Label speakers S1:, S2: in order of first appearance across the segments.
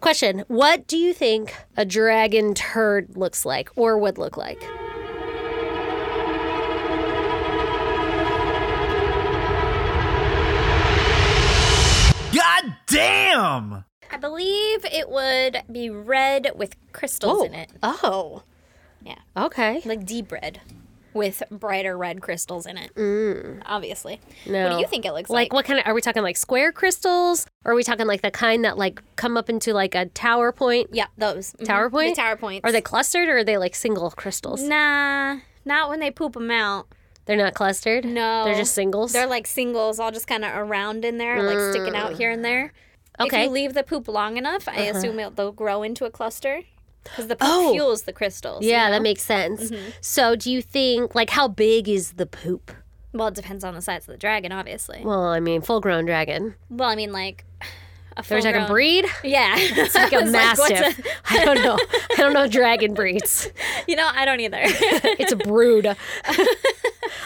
S1: Question What do you think a dragon turd looks like or would look like?
S2: God damn!
S3: I believe it would be red with crystals in it.
S1: Oh,
S3: Yeah.
S1: okay.
S3: Like deep red with brighter red crystals in it. Obviously. What
S1: Mm. No.
S3: do you think it looks
S1: Like,
S3: like?
S1: what kind of are we talking like square crystals? Or are we talking like the kind that like come up into like a tower point?
S3: Yeah, those. Mhm.
S1: Tower point?
S3: The tower points.
S1: Are they clustered or are they like single crystals?
S3: Nah, not when they poop them out.
S1: They're not clustered?
S3: No.
S1: They're just singles?
S3: They're like singles, all just kind of around in there, like sticking out here and there. If
S1: Mm. Okay. Uh-huh.
S3: you leave the poop long enough, I assume it, they'll grow into a cluster because the poop
S1: Oh.
S3: fuels the crystals.
S1: yeah, that makes sense.
S3: Mm-hmm.
S1: So, do you think, like, how big is the poop?
S3: Well, it depends on the size of the dragon, obviously.
S1: Well, I mean, full grown dragon.
S3: Well, I mean, like a full
S1: There's like a
S3: grown-
S1: breed,
S3: Yeah, it's
S1: like a mastiff. I don't know. I don't know dragon breeds.
S3: you know, I don't either.
S1: It's a brood.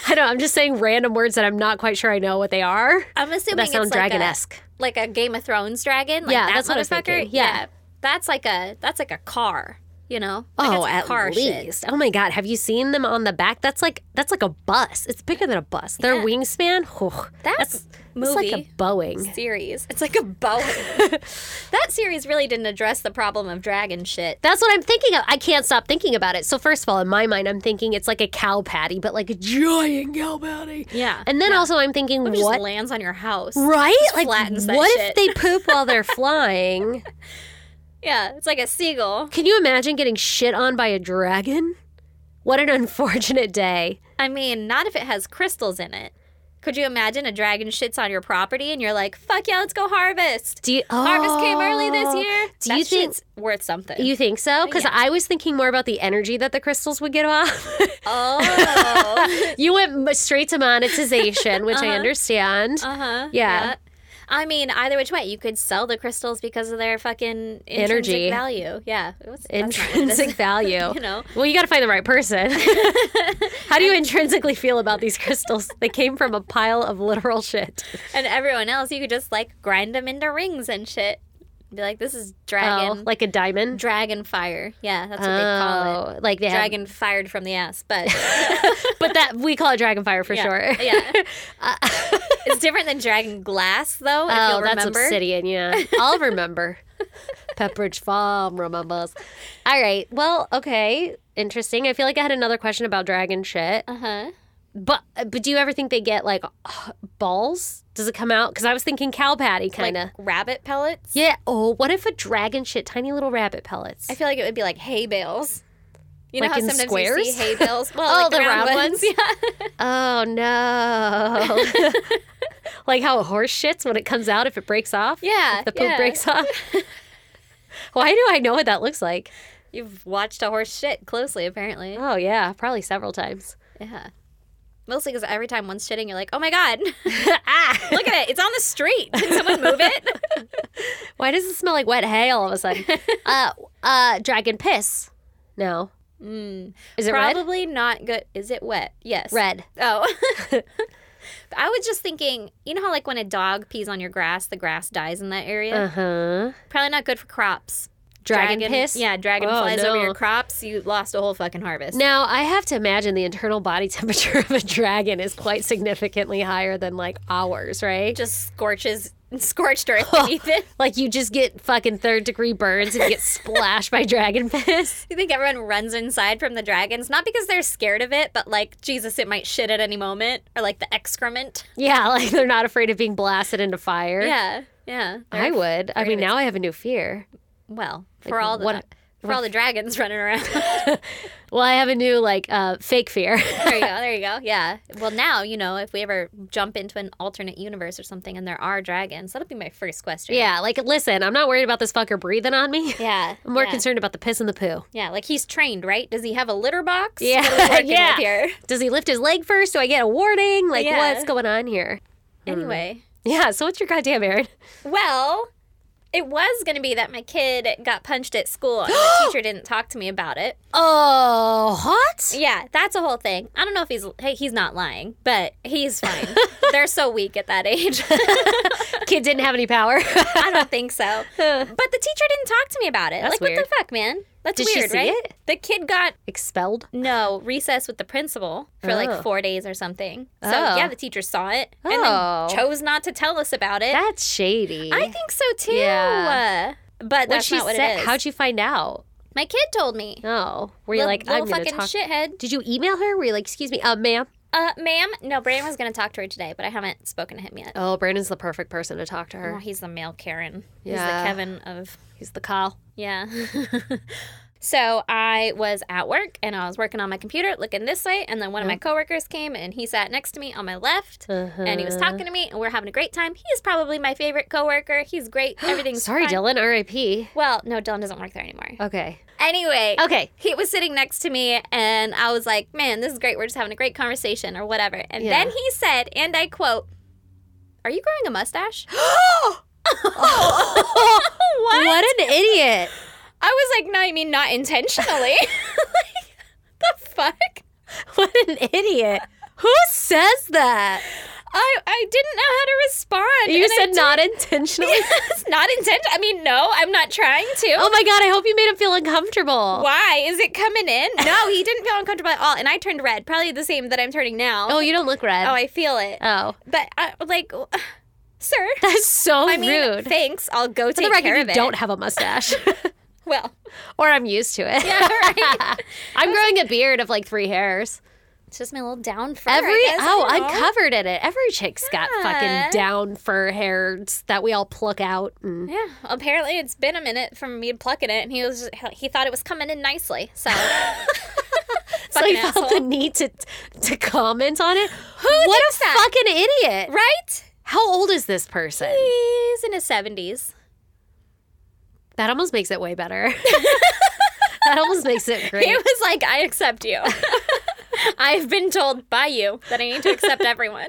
S1: I don't. I'm just saying random words that I'm not quite sure I know what they are.
S3: I'm assuming
S1: That sound
S3: it's like
S1: dragon
S3: a,
S1: esque.
S3: like a Game of Thrones dragon. Like
S1: Yeah,
S3: that
S1: that's what I was
S3: motherfucker.
S1: thinking. Yeah.
S3: that's like a that's like a car. You know, like
S1: oh, at
S3: that's car shit.
S1: least. Oh my god, have you seen them on the back? That's like that's like a bus. It's bigger than a bus. Their
S3: Yeah.
S1: wingspan. whew,
S3: That
S1: that's like a
S3: movie-
S1: Boeing.
S3: series. It's like a bow. that series really didn't address the problem of dragon shit.
S1: That's what I'm thinking of. I can't stop thinking about it. So first of all, in my mind, I'm thinking it's like a cow patty, but like a giant cow patty.
S3: Yeah.
S1: And then also, I'm thinking
S3: It
S1: what
S3: just lands on your house.
S1: Right? Like,
S3: flattens that
S1: what if
S3: shit.
S1: they poop while they're flying?
S3: Yeah, it's like a seagull.
S1: Can you imagine getting shit on by a dragon? What an unfortunate day.
S3: I mean, not if it has crystals in it. Could you imagine a dragon shits on your property and you're like, fuck yeah, let's go harvest?
S1: Do you, oh,
S3: Harvest came early this year.
S1: Do
S3: that
S1: you think?
S3: shit's worth something?
S1: You think so?
S3: Uh,
S1: Because I was thinking more about the energy that the crystals would give off.
S3: oh. Uh-huh.
S1: you went m- straight to monetization, which I understand.
S3: uh huh.
S1: Yeah.
S3: I mean, either which way, you could sell the crystals because of their fucking intrinsic
S1: Energy.
S3: value. Yeah, It was- that's not what it is.
S1: Intrinsic value.
S3: you know.
S1: Well, you got to find the right person. How do you intrinsically feel about these crystals? They came from a pile of literal shit.
S3: And everyone else, you could just like grind them into rings and shit. Be like, this is dragon,
S1: Oh,
S3: like
S1: like a diamond.
S3: dragon fire. Yeah, that's what they call it.
S1: Oh, Like they have-
S3: Dragon fired from the ass, but
S1: but that we call it dragon fire for
S3: yeah,
S1: sure.
S3: yeah, it's different than dragon glass though. if
S1: Oh,
S3: you'll
S1: that's
S3: remember.
S1: obsidian. Yeah, I'll remember. Pepperidge Farm remembers. All right. Well, okay. Interesting. I feel like I had another question about dragon shit.
S3: Uh huh.
S1: But but do you ever think they get like balls? Does it come out? Because I was thinking cow patty kind of.
S3: Like rabbit pellets.
S1: yeah. Oh, what if a dragon shit tiny little rabbit pellets?
S3: I feel like it would be like hay bales. You know
S1: Like
S3: how
S1: in
S3: sometimes you
S1: squares?
S3: see hay bales? Well,
S1: Oh,
S3: like the,
S1: the
S3: round,
S1: round
S3: ones.
S1: ones?
S3: Yeah.
S1: oh no. like how a horse shits when it comes out if it breaks off.
S3: Yeah.
S1: If the poop
S3: yeah.
S1: breaks off. Why do I know what that looks like?
S3: You've watched a horse shit closely, apparently.
S1: Oh yeah, probably several times.
S3: Yeah. Mostly because every time one's shitting, you're like, oh my God,
S1: ah,
S3: look at it. It's on the street. Can someone move it?
S1: why does it smell like wet hay all of a sudden? uh, uh, dragon piss. No. Is it red?
S3: Hmm. Probably not good. Is it wet? Yes.
S1: Red.
S3: Oh. I was just thinking, you know how, like, when a dog pees on your grass, the grass dies in that area?
S1: Uh huh.
S3: Probably not good for crops.
S1: Dragon piss?
S3: Yeah, Uh-huh. dragon
S1: Oh,
S3: flies over
S1: no.
S3: your crops. You lost a whole fucking harvest.
S1: Now I have to imagine the internal body temperature of a dragon is quite significantly higher than like ours, right?
S3: Just scorches, scorched earth
S1: Oh.
S3: beneath it.
S1: like you just get fucking third degree burns if you get splashed by dragon piss.
S3: You think everyone runs inside from the dragons? Not because they're scared of it, but like, Jesus, it might shit at any moment. Or like the excrement.
S1: Yeah, like they're not afraid of being blasted into fire.
S3: Yeah. Yeah.
S1: I
S3: They're-
S1: would. I mean, now I have a new fear.
S3: Well, for all the
S1: what-
S3: for all the dragons running around. there
S1: Well, I have a new like uh, fake fear.
S3: you go. There you go. Yeah. Well, now you know if we ever jump into an alternate universe or something, and there are dragons, that'll be my first question.
S1: yeah, like listen, I'm not worried about this fucker breathing on me.
S3: Yeah.
S1: I'm more
S3: yeah.
S1: concerned about the piss and the poo.
S3: Yeah, like he's trained, right? Does he have a litter box?
S1: Yeah,
S3: What are we working
S1: yeah.
S3: With here?
S1: Does he lift his leg first? Do I get a warning? Like,
S3: Yeah. Hmm.
S1: what's going on here?
S3: Anyway,
S1: Yeah. So what's your goddamn errand?
S3: well, It was going to be that my kid got punched at school and the teacher didn't talk to me about it.
S1: Oh, what?
S3: Yeah, that's a whole thing. I don't know if he's hey, he's not lying, but he's fine. They're so weak at that age.
S1: Kid didn't have any power.
S3: I don't think so. But the teacher didn't talk to me about it.
S1: That's
S3: like
S1: weird.
S3: what the fuck, man? That's
S1: Did she
S3: weird,
S1: see
S3: right?
S1: it?
S3: The kid got
S1: Expelled?
S3: no recess with the principal for
S1: Oh.
S3: like four days or something. So
S1: Oh.
S3: yeah, the teacher saw it and
S1: Oh.
S3: then chose not to tell us about it.
S1: That's shady.
S3: I think so too.
S1: Yeah.
S3: But
S1: what
S3: that's
S1: she
S3: not what
S1: said.
S3: it is.
S1: How'd you find out?
S3: My kid told me.
S1: Oh, were you
S3: Little-
S1: like
S3: little
S1: I'm gonna
S3: fucking
S1: talk?
S3: shithead.
S1: Did you email her? Were you like, excuse me, uh, ma'am?
S3: Uh, ma'am, no, Brandon was going to talk to her today, but I haven't spoken to him yet.
S1: Oh, Brandon's the perfect person to talk to
S3: Oh,
S1: her.
S3: he's the male Karen.
S1: Yeah.
S3: He's the Kevin of,
S1: He's the call.
S3: yeah. so I was at work and I was working on my computer looking this way, and then one of my
S1: Uh-huh.
S3: coworkers came and he sat next to me on my left. And he was talking to me, and we're having a great time. He's probably my favorite coworker. He's great. Everything's
S1: Sorry,
S3: fine.
S1: Dylan. R.I.P.
S3: Well, no, Dylan doesn't work there anymore.
S1: Okay.
S3: Anyway,
S1: Okay.
S3: he was sitting next to me and I was like, man, this is great. We're just having a great conversation or whatever. And
S1: Yeah.
S3: then he said, and I quote, Are you growing a mustache?
S1: what? an idiot.
S3: I was like, No, you mean not intentionally. like, the fuck?
S1: What an idiot. Who says that?
S3: I, I didn't know how to respond.
S1: You
S3: and I
S1: said
S3: did-
S1: not intentionally.
S3: Yes, not intentional. I mean, no, I'm not trying to.
S1: Oh my god, I hope you made him feel uncomfortable.
S3: Why? Is it coming in? No, he didn't feel uncomfortable at all. And I turned red, probably the same that I'm turning now.
S1: Oh, you don't look red.
S3: oh I feel it.
S1: Oh.
S3: But I, like, sir.
S1: That's so
S3: I mean,
S1: rude.
S3: thanks. I'll go
S1: For
S3: take
S1: the record,
S3: care
S1: you
S3: of it.
S1: don't have a mustache.
S3: Well,
S1: or I'm used to it.
S3: Yeah, right.
S1: I'm growing a beard of like three hairs.
S3: it's just my little down fur. I
S1: Every
S3: guess, I
S1: oh,
S3: don't
S1: I'm
S3: know.
S1: covered in it. Every chick's got
S3: Yeah.
S1: fucking down fur hairs that we all pluck out. And
S3: Yeah. Apparently, it's been a minute from me plucking it, and he was he thought it was coming in nicely. So.
S1: so I
S3: Fucking
S1: felt the
S3: asshole.
S1: need to to comment on it. Who what
S3: thinks
S1: a
S3: that?
S1: fucking idiot!
S3: Right.
S1: How old is this person?
S3: He's in his seventies.
S1: That almost makes it way better. that almost makes it great.
S3: He was like, "I accept you." I've been told by you that I need to accept everyone.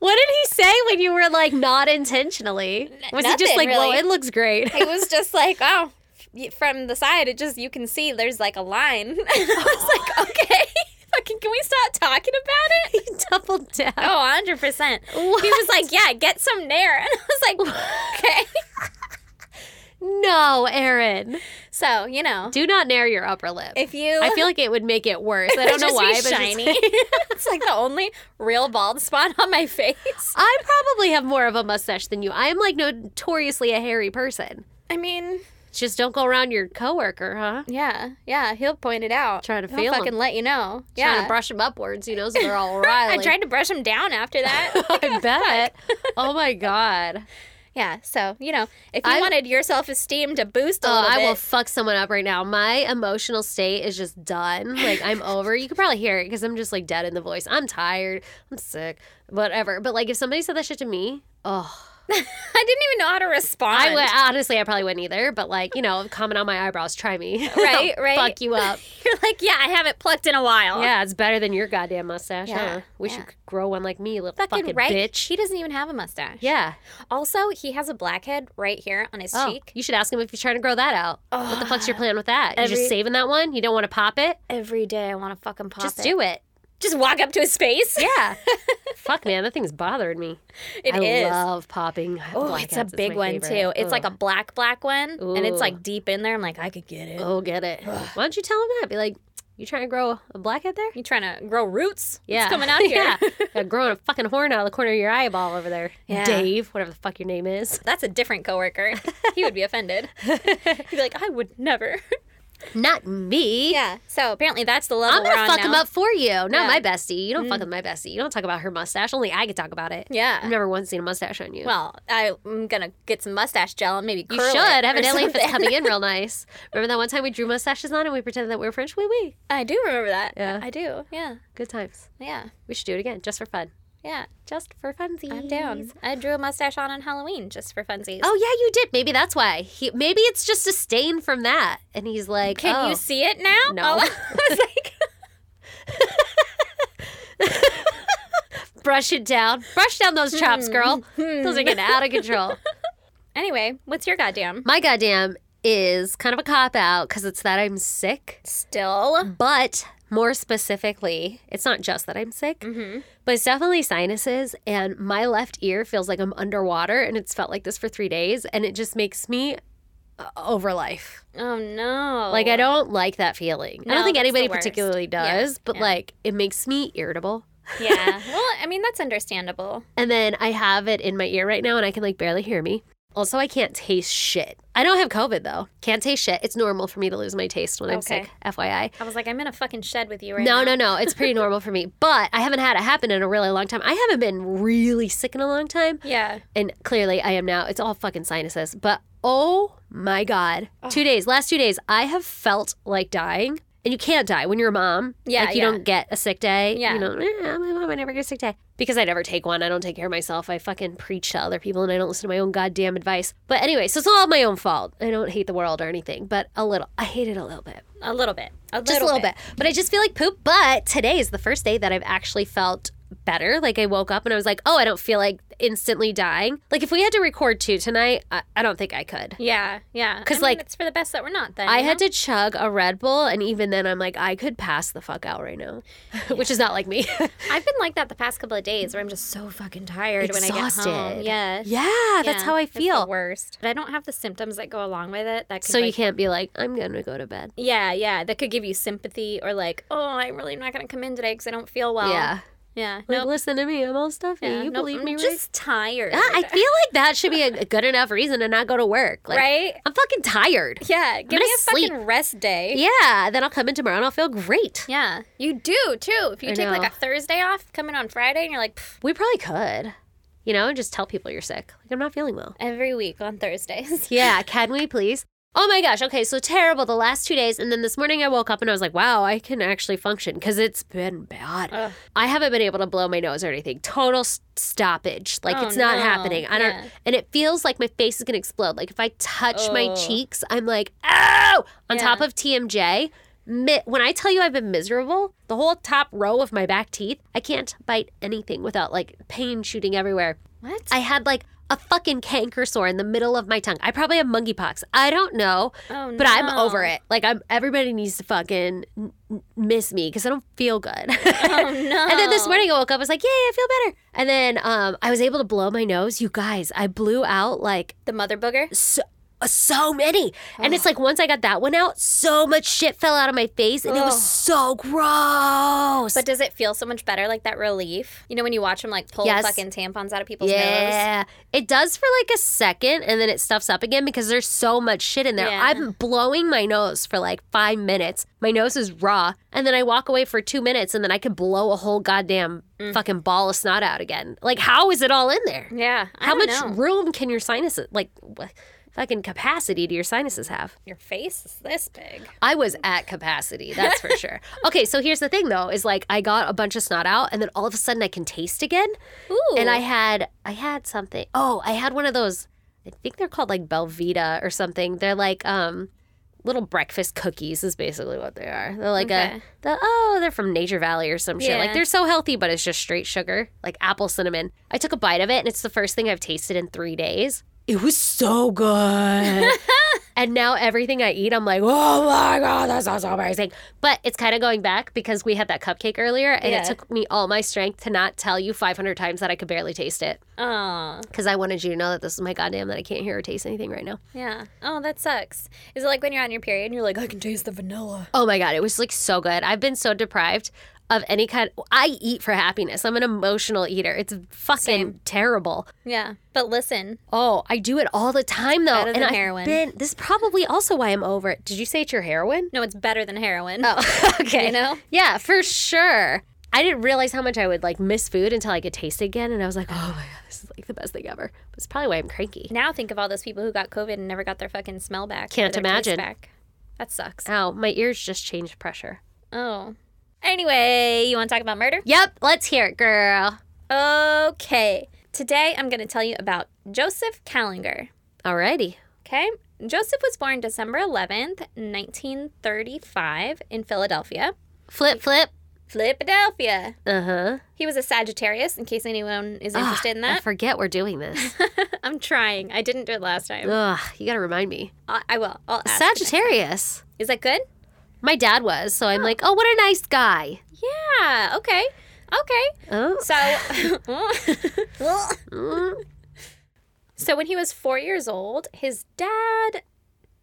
S1: What did he say when you were like not intentionally? Was he just like,
S3: nothing,
S1: well,
S3: really.
S1: it looks great?
S3: it was just like, oh, y- from the side, it just you can see there's like a line. I was like, okay, fucking, can we stop talking about it?
S1: Double down.
S3: Oh, 100%. He was like, yeah, get some nair. And I was like, okay.
S1: No, Erin.
S3: So, you know,
S1: Do not narrow your upper lip.
S3: if you.
S1: I feel like it would make it worse. I don't know
S3: just
S1: why,
S3: be
S1: but it's just-
S3: shiny. it's like the only real bald spot on my face.
S1: I probably have more of a mustache than you. I am like notoriously a hairy person.
S3: I mean,
S1: Just don't go around your coworker, huh?
S3: yeah, yeah, he'll point it out.
S1: Trying to
S3: he'll
S1: feel 'em.
S3: fucking let you know.
S1: Yeah. Trying
S3: yeah.
S1: to brush them upwards, you know, so they're all riley.
S3: I tried to brush him down after that.
S1: I bet. Oh my god.
S3: Yeah, so you know, if you
S1: I-
S3: wanted your self esteem to boost a
S1: Oh,
S3: little
S1: I
S3: bit,
S1: will fuck someone up right now. My emotional state is just done. Like I'm over. You could probably hear it because I'm just like dead in the voice. I'm tired. I'm sick. Whatever. But like if somebody said that shit to me, oh,
S3: I didn't even know how to respond.
S1: I would honestly I probably wouldn't either. But like you know, comment on my eyebrows. Try me.
S3: Right,
S1: I'll
S3: right.
S1: Fuck you up.
S3: You're like, yeah, I haven't plucked in a while.
S1: Yeah, it's better than your goddamn mustache.
S3: Yeah,
S1: huh? Wish you
S3: yeah.
S1: could grow one like me, you little
S3: fucking,
S1: fucking,
S3: right.
S1: bitch.
S3: He doesn't even have a mustache.
S1: Yeah.
S3: Also, he has a blackhead right here on his
S1: Oh,
S3: cheek.
S1: you should ask him if he's trying to grow that out. What the fuck's your plan with that? you
S3: Every-
S1: just saving that one? You don't want to pop it?
S3: Every day, I want to fucking pop
S1: just
S3: it.
S1: do it.
S3: Just walk up to his face.
S1: Yeah. Fuck, man, that thing's bothering me.
S3: It
S1: I
S3: is.
S1: love popping.
S3: Oh,
S1: blackheads.
S3: it's a big
S1: my
S3: one too.
S1: favorite.
S3: It's like a
S1: Ugh.
S3: black, black one, and it's
S1: Ooh.
S3: like deep in there. I'm like, I could get it.
S1: oh, get it. Why don't you tell him that? Be like, you trying to grow a blackhead there?
S3: You trying to grow roots?
S1: Yeah,
S3: it's coming out here.
S1: yeah, Got growing a fucking horn out of the corner of your eyeball over there,
S3: Yeah.
S1: Dave. Whatever the fuck your name is.
S3: That's a different coworker. He would be offended. He'd be like, I would never.
S1: Not me.
S3: Yeah. So apparently that's the level
S1: I'm
S3: we're
S1: gonna
S3: on
S1: fuck
S3: now.
S1: him up for you. Not
S3: Yeah.
S1: my bestie. You don't fuck with my bestie. You don't talk about her mustache. Only I could talk about it.
S3: Yeah.
S1: I've never once seen a mustache on you.
S3: Well, I, am gonna get some mustache gel and maybe
S1: you
S3: curl
S1: should.
S3: It or
S1: Evidently, if it's
S3: something.
S1: coming in real nice. Remember that one time we drew mustaches on and we pretended that we were French? Wee wee.
S3: I do remember that.
S1: Yeah.
S3: I do. Yeah,
S1: Good times.
S3: yeah,
S1: We should do it again, just for fun.
S3: yeah.
S1: Just for funsies.
S3: I'm down. I drew a mustache on on Halloween just for funsies.
S1: Oh yeah, you did. Maybe that's why. He, maybe it's just a stain from that, and he's like,
S3: can
S1: oh.
S3: you see it now?
S1: No.
S3: Oh, I was like, Hmm.
S1: brush it down, brush down those chops, girl. Those are getting out of control.
S3: Anyway, what's your goddamn?
S1: My goddamn is kind of a cop out because it's that I'm sick,
S3: Still.
S1: but more specifically, it's not just that I'm sick,
S3: Mm-hmm.
S1: but it's definitely sinuses. And my left ear feels like I'm underwater, and it's felt like this for three days, and it just makes me uh, over life.
S3: Oh no.
S1: Like I don't like that feeling. I
S3: No,
S1: don't think
S3: that's the
S1: anybody
S3: worst.
S1: particularly
S3: Yeah,
S1: does, but
S3: yeah.
S1: like it makes me irritable.
S3: yeah. Well, I mean that's understandable.
S1: And then I have it in my ear right now and I can like barely hear me. Also, I can't taste shit. I don't have COVID though. Can't taste shit. It's normal for me to lose my taste when I'm
S3: Okay.
S1: sick, FYI.
S3: I was like, I'm in a fucking shed with you right
S1: no,
S3: now.
S1: no, no. It's pretty normal for me. But I haven't had it happen in a really long time. I haven't been really sick in a long time.
S3: Yeah.
S1: And clearly I am now. It's all fucking sinuses. But oh my God. Two days, last two days, I have felt like dying. And you can't die when you're a mom.
S3: Yeah,
S1: Like you
S3: yeah.
S1: don't get a sick day.
S3: Yeah.
S1: You know, "Eh, I'm a mom, I never get a sick day. Because I never take one. I don't take care of myself. I fucking preach to other people and I don't listen to my own goddamn advice. But anyway, so it's all my own fault. I don't hate the world or anything, but a little. I hate it a little bit.
S3: A little bit. A little
S1: Just a little bit. But I just feel like poop. But today is the first day that I've actually felt better. Like I woke up and I was like, oh, I don't feel like instantly dying. Like if we had to record two tonight, I, I don't think I could.
S3: Yeah. Yeah.
S1: 'Cause,
S3: I mean,
S1: like,
S3: it's for the best that we're not. Then
S1: I
S3: you
S1: had
S3: know?
S1: to chug a Red Bull, and even then, I'm like, I could pass the fuck out right now, which is not like me.
S3: I've been like that the past couple of days where I'm just so fucking tired when I get home.
S1: Exhausted.
S3: Yeah.
S1: yeah, that's
S3: Yeah,
S1: how I
S3: it's the
S1: feel.
S3: worst. But I don't have the symptoms that go along with it. That could,
S1: So you
S3: like-
S1: can't be like, I'm gonna go to bed.
S3: Yeah, yeah. That could give you sympathy or like, oh, I'm really not going to come in today because I don't feel well.
S1: yeah,
S3: Yeah.
S1: like,
S3: No.
S1: listen to me, I'm all stuffy.
S3: yeah,
S1: you
S3: nope,
S1: believe
S3: I'm
S1: me, right?
S3: Just tired.
S1: Yeah, I feel like that should be a good enough reason to not go to work. Like,
S3: right.
S1: I'm fucking tired.
S3: Yeah. Give
S1: gonna
S3: me a
S1: sleep.
S3: fucking rest day.
S1: Yeah, then I'll come in tomorrow and I'll feel great.
S3: Yeah, you do too. If you
S1: I
S3: take like
S1: know.
S3: a Thursday off, come in on Friday, and you're like "Pff,
S1: We probably could, you know, and just tell people you're sick. Like, I'm not feeling well.
S3: every week on Thursdays.
S1: Yeah, can we please? Oh my gosh. Okay, so terrible the last two days. And then this morning I woke up and I was like, wow, I can actually function because it's been bad.
S3: Ugh.
S1: I haven't been able to blow my nose or anything. Total s- stoppage. Like,
S3: Oh,
S1: it's not
S3: no.
S1: happening. I don't,
S3: Yeah.
S1: and it feels like my face is going to explode. Like, if I touch my
S3: Ugh.
S1: cheeks, I'm like, ow! On
S3: Oh. Yeah.
S1: top of TMJ, mi- when I tell you I've been miserable, the whole top row of my back teeth, I can't bite anything without like pain shooting everywhere.
S3: What?
S1: I had like a fucking canker sore in the middle of my tongue. I probably have monkeypox. I don't know,
S3: oh,
S1: but I'm
S3: no.
S1: over it. Like I'm everybody needs to fucking n- n- miss me cuz I don't feel good.
S3: Oh no.
S1: And then this morning I woke up, I was like, yay, I feel better. And then um, I was able to blow my nose. You guys, I blew out like
S3: the mother booger.
S1: so, so many. And it's like once I got that one out, so much shit fell out of my face and it
S3: Ugh.
S1: was so gross.
S3: But does it feel so much better, like that relief? You know, when you watch them like pull
S1: Yes.
S3: fucking tampons out of people's nose.
S1: Yeah. It does for like a second and then it stuffs up again because there's so much shit in there.
S3: Yeah.
S1: I'm blowing my nose for like five minutes. My nose is raw. And then I walk away for two minutes and then I can blow a whole goddamn
S3: Mm.
S1: fucking ball of snot out again. Like, how is it all in there?
S3: Yeah. I
S1: How
S3: don't
S1: much
S3: know.
S1: room can your sinuses, like, wh- fucking capacity do your sinuses have?
S3: Your face is this big.
S1: I was at capacity, that's for sure. Okay, so here's the thing though is like I got a bunch of snot out and then all of a sudden I can taste again.
S3: Ooh.
S1: And I had I had something. Oh, I had one of those. I think they're called like Belvita or something. They're like um little breakfast cookies is basically what they are. They're like
S3: Okay.
S1: a the, oh, they're from Nature Valley or some shit.
S3: Yeah.
S1: Like they're so healthy, but it's just straight sugar, like apple cinnamon. I took a bite of it and it's the first thing I've tasted in 3 days. It was so good. and now everything I eat, I'm like, oh my God, that sounds so amazing. But it's kind of going back because we had that cupcake earlier and
S3: Yeah.
S1: it took me all my strength to not tell you 500 times that I could barely taste it
S3: Aw.
S1: because I wanted you to know that this is my goddamn that I can't hear or taste anything right now.
S3: Yeah. Oh, that sucks. Is it like when you're on your period and you're like, I can taste the vanilla?
S1: Oh my god, it was like so good. I've been so deprived of any kind. I eat for happiness. I'm an emotional eater. It's fucking terrible.
S3: Yeah. But listen,
S1: Oh, I do it all the time though.
S3: Better than
S1: I've
S3: heroin.
S1: been- this is probably also why I'm over it. Did you say it's your heroin?
S3: no, it's better than heroin.
S1: Oh, okay.
S3: You know?
S1: Yeah, for sure. I didn't realize how much I would like miss food until I could taste it again, and I was like, "Oh my god, this is like the best thing ever." But it's probably why I'm cranky.
S3: Now think of all those people who got COVID and never got their fucking smell back. or
S1: Can't
S3: their taste
S1: imagine.
S3: back. That sucks.
S1: Ow, my ears just changed pressure.
S3: Oh. Anyway, you want to talk about murder?
S1: Yep, let's hear it, girl.
S3: Okay. Today I'm going to tell you about Joseph Callinger.
S1: Alrighty.
S3: Okay? Joseph was born December 11th, 1935 in Philadelphia.
S1: Flip, flip.
S3: Philadelphia.
S1: Uh huh.
S3: He was a Sagittarius, in case anyone is interested in
S1: I
S3: that.
S1: forget we're doing this.
S3: I'm trying. I didn't do it last time.
S1: Ugh, you gotta remind me.
S3: I, I will. I'll ask.
S1: Sagittarius.
S3: Is that good?
S1: My dad was, so I'm like, oh, what a nice guy.
S3: Yeah. Okay. Okay.
S1: Oh.
S3: So.
S1: Mm.
S3: So when he was four years old, his dad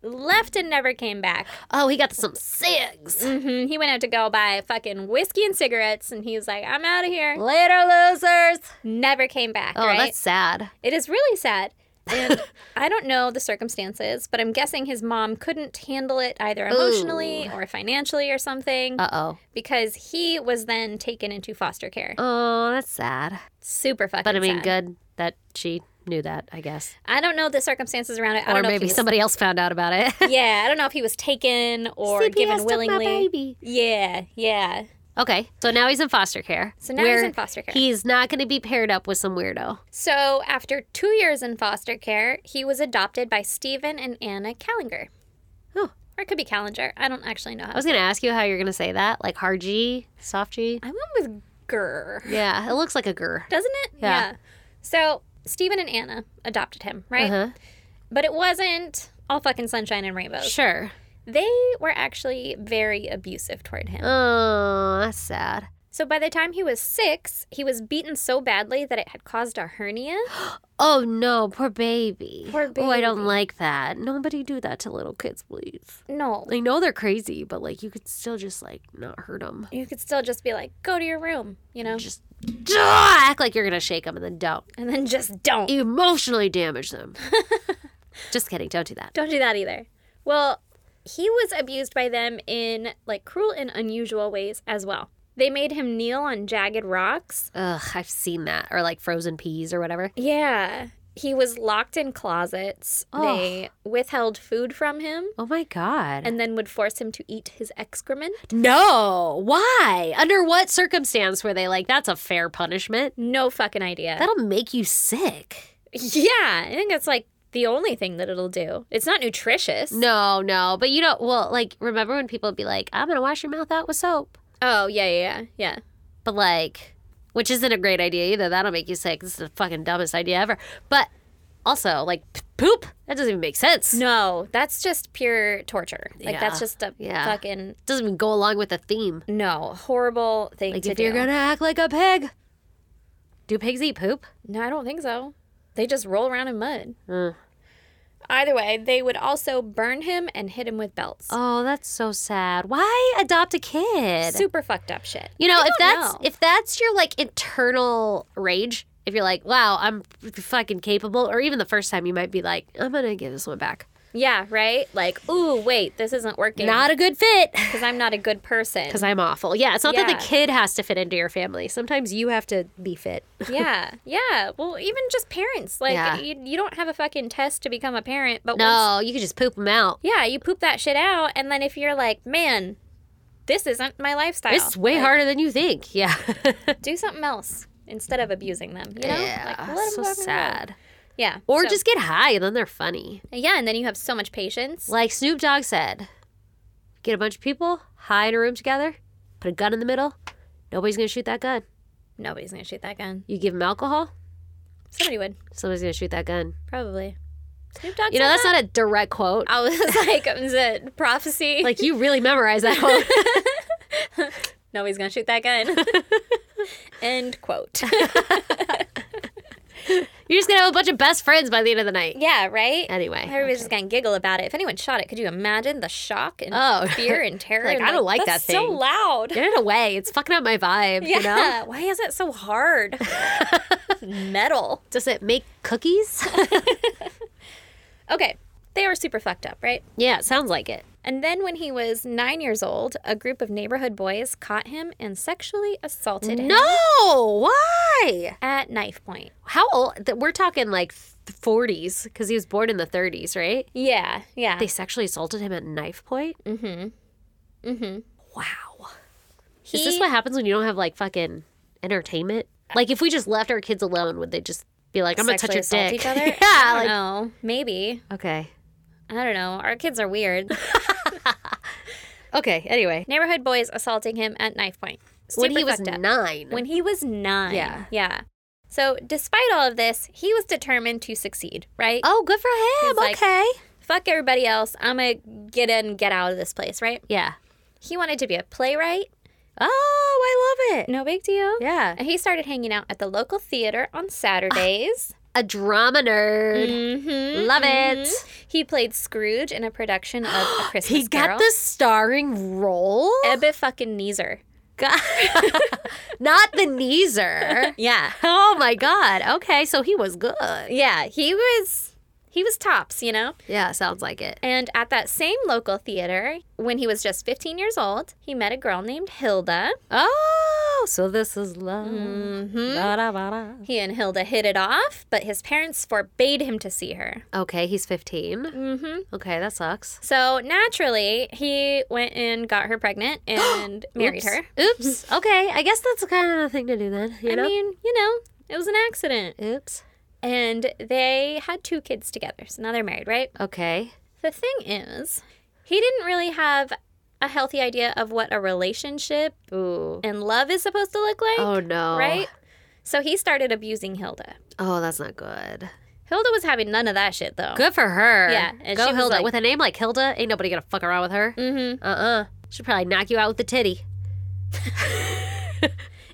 S3: left and never came back.
S1: Oh, he got some cigs.
S3: hmm He went out to go buy fucking whiskey and cigarettes, and he was like, "I'm out of here." Later, losers. Never came back.
S1: Oh,
S3: right?
S1: that's sad.
S3: It is really sad. And I don't know the circumstances, but I'm guessing his mom couldn't handle it either emotionally or financially or something
S1: Uh oh.
S3: because he was then taken into foster care.
S1: Oh, that's sad.
S3: Super fucking
S1: But I mean,
S3: sad.
S1: good that she knew that, I guess.
S3: I don't know the circumstances around it. I
S1: Or
S3: don't know if
S1: maybe
S3: he was-
S1: somebody else found out about it.
S3: yeah, I don't know if he was taken or
S1: CPS took
S3: given
S1: my
S3: willingly.
S1: baby.
S3: Yeah, yeah.
S1: Okay, so now he's in foster care.
S3: So now
S1: where
S3: he's in foster care.
S1: He's not going to be paired up with some weirdo.
S3: so after two years in foster care, he was adopted by Stephen and Anna Callinger.
S1: Oh.
S3: Or it could be Callinger. I don't actually know how.
S1: I was going to ask you how you're going to say that, like hard G, soft G.
S3: I went with Gurr.
S1: Yeah, it looks like a grr.
S3: doesn't it?
S1: Yeah.
S3: So Stephen and Anna adopted him, right?
S1: Uh-huh.
S3: But it wasn't all fucking sunshine and rainbows.
S1: Sure.
S3: They were actually very abusive toward him.
S1: Oh, that's sad.
S3: So by the time he was six, he was beaten so badly that it had caused a hernia.
S1: Oh no, poor baby.
S3: Poor
S1: Oh, I don't
S3: baby.
S1: like that. Nobody do that to little kids, please.
S3: No,
S1: I know they're crazy, but like you could still just like not hurt them.
S3: you could still just be like, go to your room, you know,
S1: Just ah, act like you're gonna shake them and then don't
S3: and then just don't.
S1: emotionally damage them. just kidding. Don't do that.
S3: Don't do that either. Well, he was abused by them in like cruel and unusual ways as well. They made him kneel on jagged rocks
S1: Ugh, I've seen that or like frozen peas or whatever.
S3: Yeah. He was locked in closets. They withheld food from him
S1: Oh my god.
S3: and then would force him to eat his excrement.
S1: no. Why? Under what circumstance were they like that's a fair punishment?
S3: No fucking idea.
S1: That'll make you sick.
S3: yeah. I think that's like the only thing that it'll do. It's not nutritious.
S1: No, no. But you know, well, like, remember when people would be like, I'm going to wash your mouth out with soap?
S3: Oh, yeah, yeah, yeah. Yeah.
S1: But, like, which isn't a great idea either. That'll make you sick. This is the fucking dumbest idea ever. But also, like, p- poop? That doesn't even make sense.
S3: No, that's just pure torture. Like,
S1: Yeah.
S3: that's just a
S1: Yeah.
S3: fucking,
S1: It doesn't even go along with the theme.
S3: no, horrible thing
S1: Like,
S3: to
S1: if you're
S3: do.
S1: going to act like a pig, do pigs eat poop?
S3: No, I don't think so. They just roll around in mud.
S1: Mm.
S3: Either way, they would also burn him and hit him with belts.
S1: Oh, that's so sad. Why adopt a kid?
S3: Super fucked up shit.
S1: You know,
S3: I
S1: if
S3: don't
S1: that's
S3: know.
S1: if that's your like internal rage, if you're like, "Wow, I'm fucking capable," or even the first time, you might be like, "I'm gonna give this one back."
S3: Yeah, right? Like, ooh, wait, this isn't working.
S1: Not a good fit
S3: because I'm not a good person.
S1: because I'm awful. Yeah, it's not that
S3: Yeah.
S1: the kid has to fit into your family. Sometimes you have to be fit.
S3: yeah, yeah. Well, even just parents. Like,
S1: Yeah.
S3: you, you don't have a fucking test to become a parent, but once,
S1: No, you could just poop them out.
S3: yeah, you poop that shit out. And then if you're like, man, this isn't my lifestyle,
S1: It's way
S3: like,
S1: harder than you think. Yeah.
S3: Do something else instead of abusing them, you know?
S1: yeah.
S3: like, let 'em
S1: so
S3: fucking go.
S1: sad.
S3: Yeah.
S1: Or
S3: so-
S1: just get high and then they're funny.
S3: yeah, and then you have so much patience.
S1: Like Snoop Dogg said, get a bunch of people, hide in a room together, put a gun in the middle. Nobody's gonna shoot that gun.
S3: Nobody's going to shoot that gun.
S1: You give them alcohol,
S3: Somebody would,
S1: somebody's gonna shoot that gun.
S3: probably. Snoop Dogg
S1: You know,
S3: said
S1: that's
S3: that?
S1: not a direct quote.
S3: I was like, is it prophecy?
S1: Like you really memorize that quote.
S3: Nobody's gonna shoot that gun. End quote.
S1: You're just gonna have a bunch of best friends by the end of the night.
S3: yeah, right?
S1: Anyway,
S3: Everybody's just gonna giggle about it. If anyone shot it, could you imagine the shock and
S1: Oh.
S3: fear and terror?
S1: Like,
S3: and
S1: I don't like
S3: That's
S1: that
S3: so
S1: thing."
S3: loud.
S1: get it away. It's fucking up my vibe.
S3: yeah.
S1: You know?
S3: Why is it so hard? Metal.
S1: Does it make cookies?
S3: Okay. They were super fucked up, right?
S1: yeah, it sounds like it.
S3: And then when he was nine years old, a group of neighborhood boys caught him and sexually assaulted him
S1: No, why?
S3: at knife point.
S1: How old? th- We're talking like th- 40s because he was born in the 30s, right?
S3: Yeah, yeah.
S1: They sexually assaulted him at knife point. Mm-hmm. Mm-hmm. Wow. Is this
S3: He-
S1: what happens when you don't have like fucking entertainment? Like if we just left our kids alone, would they just be like, "I'm gonna touch
S3: sexually
S1: your dick"?
S3: assault Each other?
S1: yeah.
S3: I
S1: Like,
S3: don't know. Maybe.
S1: okay.
S3: I don't know. Our kids are weird.
S1: Okay. Anyway.
S3: Neighborhood boys assaulting him at knife point.
S1: when
S3: Super
S1: he was
S3: fucked up.
S1: nine.
S3: When he was nine.
S1: Yeah.
S3: Yeah. So, despite all of this, he was determined to succeed, right?
S1: oh, good for
S3: He's
S1: him.
S3: like-
S1: okay.
S3: Fuck everybody else. I'm going to get in and get out of this place, right?
S1: yeah.
S3: He wanted to be a playwright.
S1: Oh, I love it.
S3: No big deal.
S1: Yeah.
S3: And he started hanging out at the local theater on Saturdays.
S1: A drama nerd.
S3: Mhm,
S1: Love it.
S3: mhm. He played Scrooge in a production of A Christmas
S1: He got
S3: Carol.
S1: the starring role.
S3: Ebbe fucking Neezer.
S1: God. Not the Neezer.
S3: Yeah.
S1: Oh my God. Okay, so he was good.
S3: Yeah, he was he was tops, you know?
S1: Yeah, sounds like it.
S3: And at that same local theater, when he was just 15 years old, he met a girl named Hilda.
S1: Oh, so this is love.
S3: Mhm.
S1: Ba-da-ba-da.
S3: He and Hilda hit it off, but his parents forbade him to see her.
S1: Okay, he's 15.
S3: hmm
S1: Okay, that sucks.
S3: So naturally, he went and got her pregnant and married
S1: Oops.
S3: her.
S1: Oops. Okay, I guess that's kind of the thing to do then, you
S3: I
S1: know?
S3: mean, you know, it was an accident.
S1: Oops.
S3: And they had two kids together. So now they're married, right?
S1: Okay.
S3: The thing is, he didn't really have a healthy idea of what a relationship
S1: Ooh.
S3: and love is supposed to look like.
S1: Oh no.
S3: right? So he started abusing Hilda.
S1: Oh, that's not good.
S3: Hilda was having none of that shit though.
S1: Good for her.
S3: Yeah, and
S1: Go
S3: she was
S1: Hilda.
S3: like-
S1: with a name like Hilda, ain't nobody gonna fuck around with her.
S3: Mm-hmm.
S1: Uh uh She'll probably knock you out with the titty.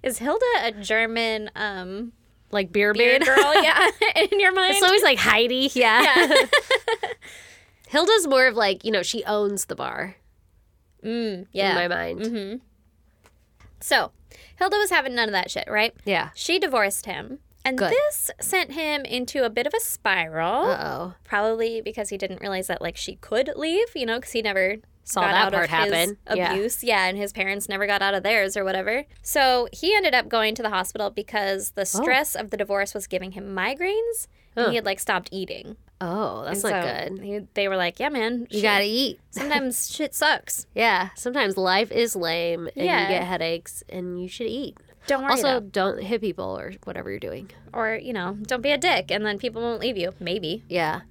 S3: Is Hilda a German um
S1: Like beer,
S3: beer
S1: beard.
S3: girl? Yeah, in your mind.
S1: It's always like Heidi. Yeah.
S3: yeah.
S1: Hilda's more of like, you know, she owns the bar
S3: mm, yeah.
S1: in my mind.
S3: Mm-hmm. So Hilda was having none of that shit, right?
S1: Yeah.
S3: She divorced him, and
S1: Good.
S3: this sent him into a bit of a spiral.
S1: Uh oh.
S3: Probably because he didn't realize that like she could leave, you know, because he never
S1: Saw
S3: got
S1: that
S3: out
S1: part
S3: of his
S1: happen. Yeah.
S3: abuse. Yeah. and his parents never got out of theirs or whatever. So he ended up going to the hospital because the stress of the divorce was giving him migraines. And
S1: Huh.
S3: he had like stopped eating.
S1: Oh, that's
S3: And
S1: not
S3: so
S1: good.
S3: he- they were like, "Yeah, man,
S1: You
S3: shit-
S1: gotta eat.
S3: sometimes shit sucks.
S1: Yeah. Sometimes life is lame and
S3: Yeah.
S1: you get headaches and you should eat.
S3: Don't worry,
S1: also,
S3: though.
S1: don't hit people or whatever you're doing.
S3: or you know, don't be a dick, and then people won't leave you. Maybe
S1: Yeah.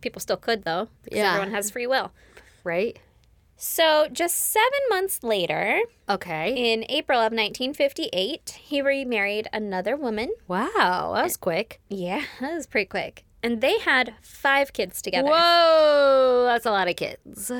S3: people still could though, because
S1: Yeah.
S3: everyone has free will."
S1: Right?
S3: So just seven months later,
S1: Okay.
S3: in April of 1958, he remarried another woman.
S1: Wow. That was quick.
S3: Yeah, that was pretty quick. And they had five kids together.
S1: Whoa. That's a lot of kids.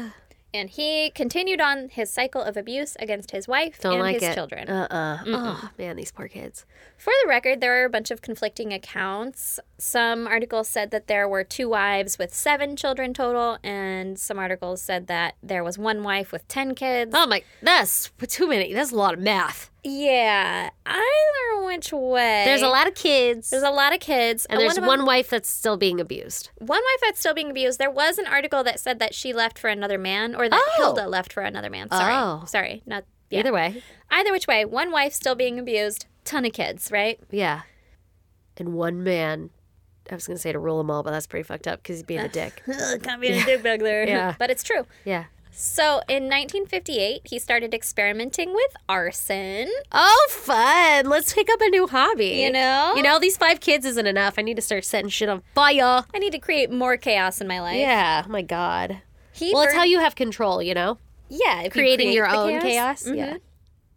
S3: And he continued on his cycle of abuse against his wife
S1: Don't
S3: and
S1: like
S3: his
S1: it.
S3: children.
S1: Uh uh Oh, man, these poor kids.
S3: For the record, there are a bunch of conflicting accounts. Some articles said that there were two wives with seven children total, and some articles said that there was one wife with 10 kids.
S1: Oh, my. That's too many. That's a lot of math.
S3: Yeah, either which way.
S1: Eh? There's a lot of kids.
S3: There's a lot of kids.
S1: and there's
S3: of 'em-
S1: one wife that's still being abused.
S3: one wife that's still being abused. There was an article that said that she left for another man, or that
S1: Oh.
S3: Hilda left for another man. Sorry,
S1: Oh.
S3: sorry, not yeah.
S1: Either way.
S3: Either which way, one wife still being abused, ton of kids, right?
S1: Yeah. And one man, I was going to say to rule them all, but that's pretty fucked up because he's being a dick.
S3: Can't be a dick back there.
S1: Yeah.
S3: but it's true.
S1: Yeah.
S3: So in 1958, he started experimenting with arson.
S1: Oh, fun. Let's pick up a new hobby.
S3: You know,
S1: You know, these five kids isn't enough. I need to start setting shit on fire.
S3: I need to create more chaos in my life.
S1: Yeah. Oh, my God.
S3: he
S1: Well, it's
S3: burned-
S1: how you have control, you know?
S3: yeah if you
S1: Creating
S3: create
S1: your
S3: the
S1: own chaos. Mm-hmm.
S3: Mhm.
S1: Yeah.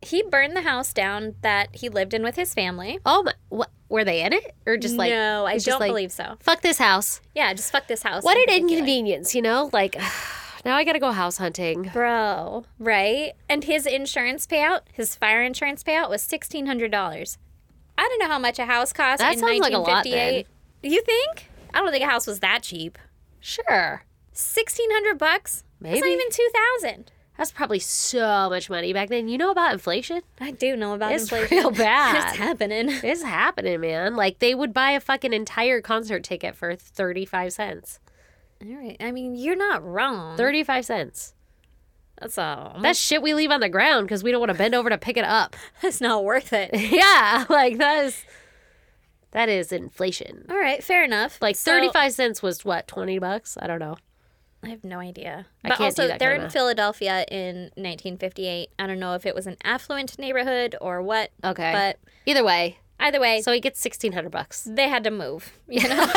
S3: He burned the house down that he lived in with his family.
S1: Oh, my. What, were they in it? Or just like.
S3: no, I
S1: it's just
S3: don't
S1: like,
S3: believe so.
S1: Fuck this house.
S3: Yeah, just fuck this house.
S1: What
S3: in
S1: an
S3: particular.
S1: inconvenience, you know? Like, now I got to go house hunting.
S3: Bro, right? And his insurance payout, his fire insurance payout was sixteen hundred dollars. I don't know how much a house cost
S1: That
S3: in
S1: sounds like a lot,
S3: 1958. You think? I don't think a house was that cheap.
S1: Sure.
S3: Sixteen hundred bucks? It's not
S1: Maybe.
S3: even two thousand.
S1: That's probably so much money back then. You know about inflation?
S3: I do know about
S1: It's
S3: inflation.
S1: real bad.
S3: it's happening.
S1: It's happening, man. Like they would buy a fucking entire concert ticket for 35 cents.
S3: All right. I mean, you're not wrong.
S1: 35 cents.
S3: That's all.
S1: That shit we leave on the ground cuz we don't want to bend over to pick it up.
S3: That's not worth it.
S1: yeah, like that is that is inflation.
S3: All right, fair enough.
S1: Like
S3: So-
S1: 35 cents was what, 20 bucks? I don't know.
S3: I have no idea.
S1: I
S3: But
S1: can't do
S3: also,
S1: that
S3: they're
S1: kinda.
S3: in Philadelphia in 1958. I don't know if it was an affluent neighborhood or what.
S1: Okay.
S3: But
S1: Either way,
S3: either way,
S1: so he gets 1600 bucks.
S3: they had to move. You know,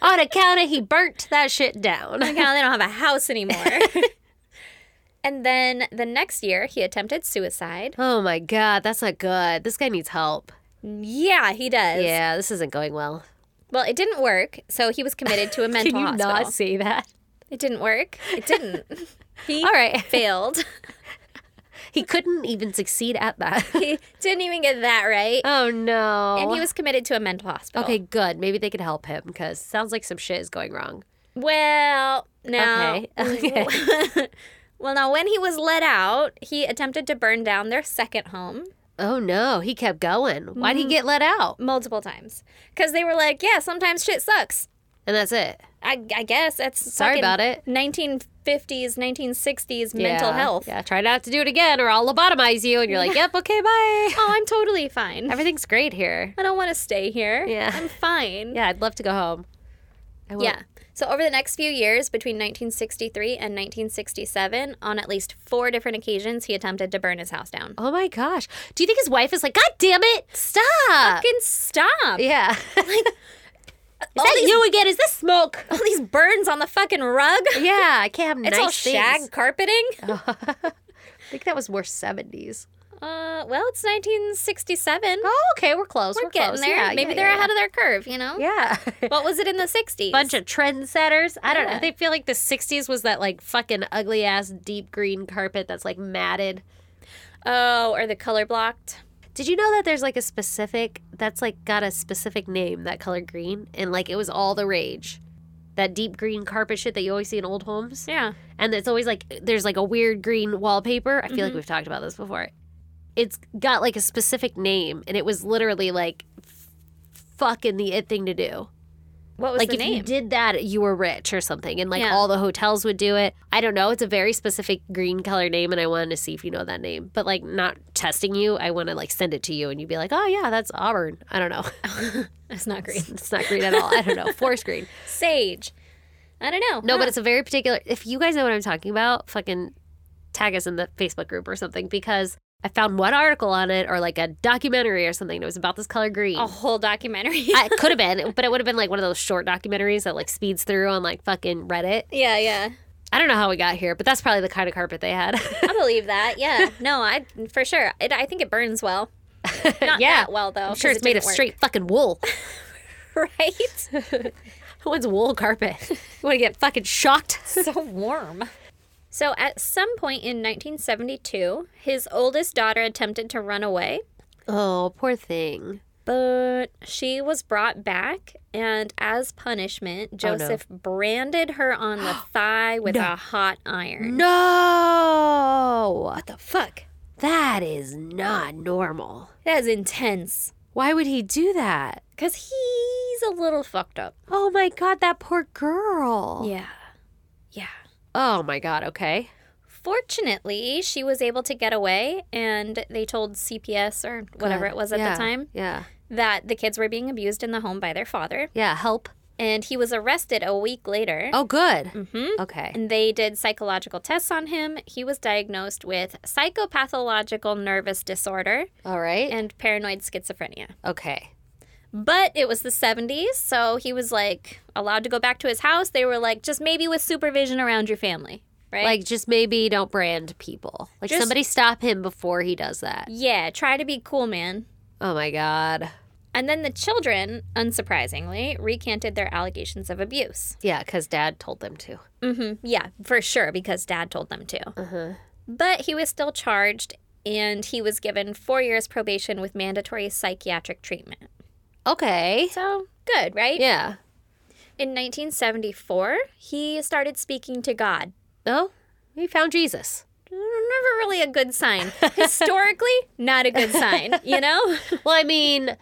S1: on account of he burnt that shit down.
S3: now they don't have a house anymore. And then the next year, he attempted suicide.
S1: Oh my God, that's not good. This guy needs help.
S3: Yeah, he does.
S1: Yeah, this isn't going well.
S3: Well, it didn't work, so he was committed to a mental
S1: Can you
S3: hospital.
S1: not say that?
S3: It didn't work. It didn't. he
S1: All right.
S3: failed.
S1: He couldn't even succeed at that.
S3: he didn't even get that right.
S1: oh no.
S3: And he was Oh. committed to a mental hospital.
S1: Okay, good. Maybe they could help him because sounds like some shit is going wrong.
S3: Well, now.
S1: Okay.
S3: well, now, when he was let out, he attempted to burn down their second home
S1: Oh no, he kept going. Why'd
S3: Mm-hmm.
S1: he get let out?
S3: multiple times because they were like, yeah, sometimes shit sucks.
S1: And that's it.
S3: I, I guess that's
S1: Sorry
S3: fucking
S1: about it.
S3: 1950s, 1960s mental
S1: Yeah.
S3: health.
S1: Yeah, try not to do it again or I'll lobotomize you. And you're like, yep, okay, bye.
S3: Oh, I'm totally fine.
S1: Everything's great here.
S3: I don't want to stay here.
S1: Yeah.
S3: I'm fine.
S1: Yeah, I'd love to go home. I won't-
S3: Yeah. So over the next few years, between 1963 and 1967, on at least four different occasions, he attempted to burn his house down.
S1: Oh my gosh. Do you think his wife is like, God damn it, stop?
S3: Fucking stop!
S1: Yeah. Like, is
S3: all
S1: that
S3: these-
S1: you again? Is this smoke?
S3: All these burns on the fucking rug.
S1: yeah, I can't have
S3: It's
S1: nice
S3: all shag
S1: things.
S3: carpeting.
S1: I think that was more 70s.
S3: Uh, well, it's 1967.
S1: Oh, okay, we're close.
S3: We're, getting
S1: close.
S3: there.
S1: Yeah,
S3: Maybe
S1: yeah,
S3: they're
S1: yeah,
S3: ahead of their curve. You know.
S1: Yeah.
S3: What was it in the 60s?
S1: Bunch of trendsetters. I don't know.
S3: Yeah.
S1: They feel like the 60s was that like fucking ugly ass deep green carpet that's like matted.
S3: Oh, or the color blocked.
S1: Did you know that there's like a specific that's like got a specific name that color green and like it was all the rage. That deep green carpet shit that you always see in old homes.
S3: Yeah.
S1: And it's always like there's like a weird green wallpaper. I feel
S3: Mm-hmm.
S1: like we've talked about this before. It's got like a specific name and it was literally like f- fucking the it thing to do.
S3: What was
S1: like
S3: the
S1: if you
S3: name?
S1: did that you were rich or something and like
S3: Yeah.
S1: all the hotels would do it i don't know it's a very specific green color name and i wanted to see if you know that name but like not testing you i want to like send it to you and you'd be like oh yeah that's auburn i don't know
S3: That's not great.
S1: it's not green at all i don't know forest green
S3: Sage. I don't know.
S1: no
S3: Huh.
S1: but it's a very particular if you guys know what i'm talking about fucking tag us in the facebook group or something because i found one article on it or like a documentary or something that was about this color green
S3: a whole documentary.
S1: I- it could have been, but it would have been like one of those short documentaries that like speeds through on like fucking Reddit.
S3: yeah, yeah.
S1: I don't know how we got here, but that's probably the kind of carpet they had.
S3: I believe that. Yeah. No, I for sure. It, I think it burns well. Not
S1: Yeah.
S3: that well though.
S1: I'm sure
S3: 'cause
S1: it's
S3: it
S1: made of
S3: didn't work.
S1: straight fucking wool.
S3: right?
S1: Who wants wool carpet? You want to get fucking shocked?
S3: so warm. So at some point in 1972, his oldest daughter attempted to run away,
S1: Oh, poor thing.
S3: but she was brought back and as punishment,
S1: Oh, no.
S3: Joseph branded her on the thigh with a hot iron.
S1: No,
S3: What the fuck?
S1: that is not normal.
S3: That is intense.
S1: Why would he do that?
S3: Cause he's a little fucked up.
S1: Oh my god, that poor girl.
S3: Yeah. Yeah.
S1: Oh my god. Okay.
S3: Fortunately, she was able to get away, and they told CPS or whatever
S1: Good.
S3: it was at
S1: Yeah,
S3: the time
S1: Yeah.
S3: that the kids were being abused in the home by their father.
S1: Yeah. Help.
S3: And he was arrested a week later.
S1: Oh, good.
S3: hmm
S1: Okay.
S3: And they did psychological tests on him. He was diagnosed with psychopathological nervous disorder
S1: All right.
S3: and paranoid schizophrenia.
S1: Okay.
S3: But it was the 70s, so he was like allowed to go back to his house. They were like, just maybe with supervision around your family, right?
S1: Like, just maybe don't brand people. Like,
S3: Just-
S1: somebody stop him before he does that.
S3: yeah, try to be cool, man.
S1: Oh my god.
S3: And then the children, unsurprisingly, recanted their allegations of abuse.
S1: Yeah, because dad told them to.
S3: Mm-hmm. Yeah, for sure, because dad told them to. But he was still charged and he was given four years probation with mandatory psychiatric treatment.
S1: Okay.
S3: So good, right?
S1: Yeah.
S3: In 1974, he started speaking to God.
S1: No, we found Jesus.
S3: Never really a good sign. Historically, not a good sign, you know?
S1: Well, I mean,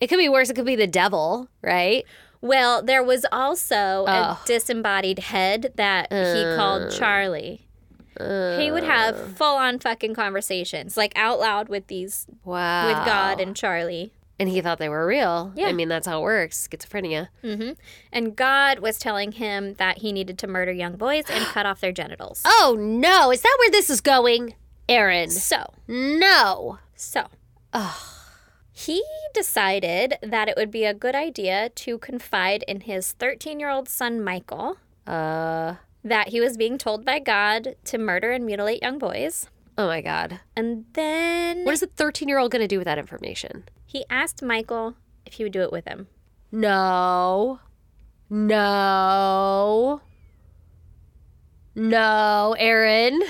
S1: it could be worse. It could be the devil, right?
S3: Well, there was also a
S1: Oh.
S3: disembodied head that he called Charlie. he would have full on fucking conversations, like out loud with these,
S1: Wow.
S3: with God and Charlie.
S1: and he thought they were real.
S3: Yeah.
S1: I mean, that's how it works. Schizophrenia.
S3: And God was telling him that he needed to murder young boys and cut off their genitals.
S1: Oh no! Is that where this is going, Aaron?
S3: So,
S1: No.
S3: so. He decided that it would be a good idea to confide in his 13 year old son, Michael,
S1: Uh.
S3: that he was being told by God to murder and mutilate young boys.
S1: Oh my God.
S3: And then
S1: What is a 13 year old going to do with that information?
S3: he asked Michael if he would do it with him.
S1: No. No. No, Aaron.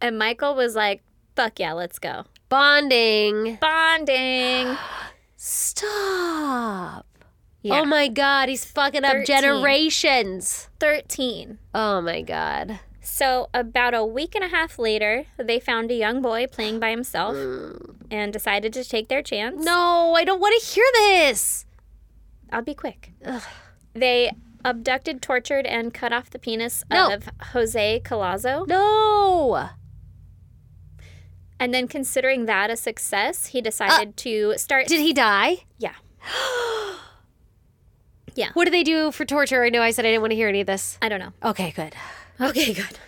S3: And Michael was like, fuck yeah, let's go.
S1: Bonding.
S3: Bonding.
S1: Stop.
S3: Yeah.
S1: Oh my God. He's fucking up
S3: 13.
S1: generations.
S3: 13.
S1: Oh my God.
S3: So, about a week and a half later, they found a young boy playing by himself and decided to take their chance.
S1: Mm. No, I don't want to hear this.
S3: I'll be quick.
S1: Ugh.
S3: They abducted, tortured, and cut off the penis
S1: No.
S3: of Jose Colazo.
S1: No.
S3: And then, considering that a success, he decided to start.
S1: Did he die?
S3: yeah.
S1: What did they do for torture? I know I said I didn't want to hear any of this.
S3: I don't know.
S1: Okay, good.
S3: Okay, good.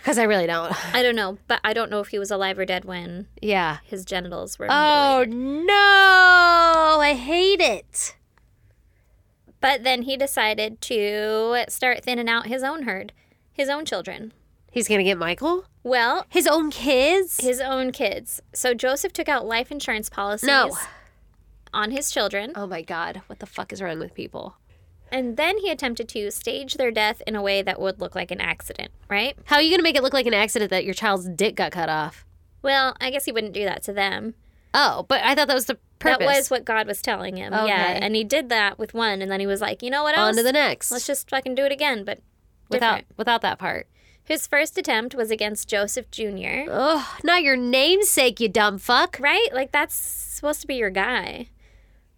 S1: Because I really don't.
S3: I don't know, but I don't know if he was alive or dead when
S1: Yeah.
S3: his genitals were.
S1: Oh no! I hate it.
S3: mutilated. But then he decided to start thinning out his own herd, his own children.
S1: He's gonna get Michael?
S3: Well,
S1: His own kids?
S3: his own kids. So Joseph took out life insurance policies
S1: No.
S3: on his children,
S1: oh my god, what the fuck is wrong with people?
S3: and then he attempted to stage their death in a way that would look like an accident, right?
S1: How are you gonna make it look like an accident that your child's dick got cut off?
S3: Well, I guess he wouldn't do that to them.
S1: Oh, but I thought that was the purpose.
S3: That was what God was telling him. Yeah,
S1: Okay.
S3: and he did that with one, and then he was like, you know what else?
S1: On to the next.
S3: Let's just fucking do it again, but
S1: without
S3: different.
S1: without that part.
S3: His first attempt was against Joseph Jr.
S1: Oh, not your namesake, you dumb fuck.
S3: Right? Like that's supposed to be your guy.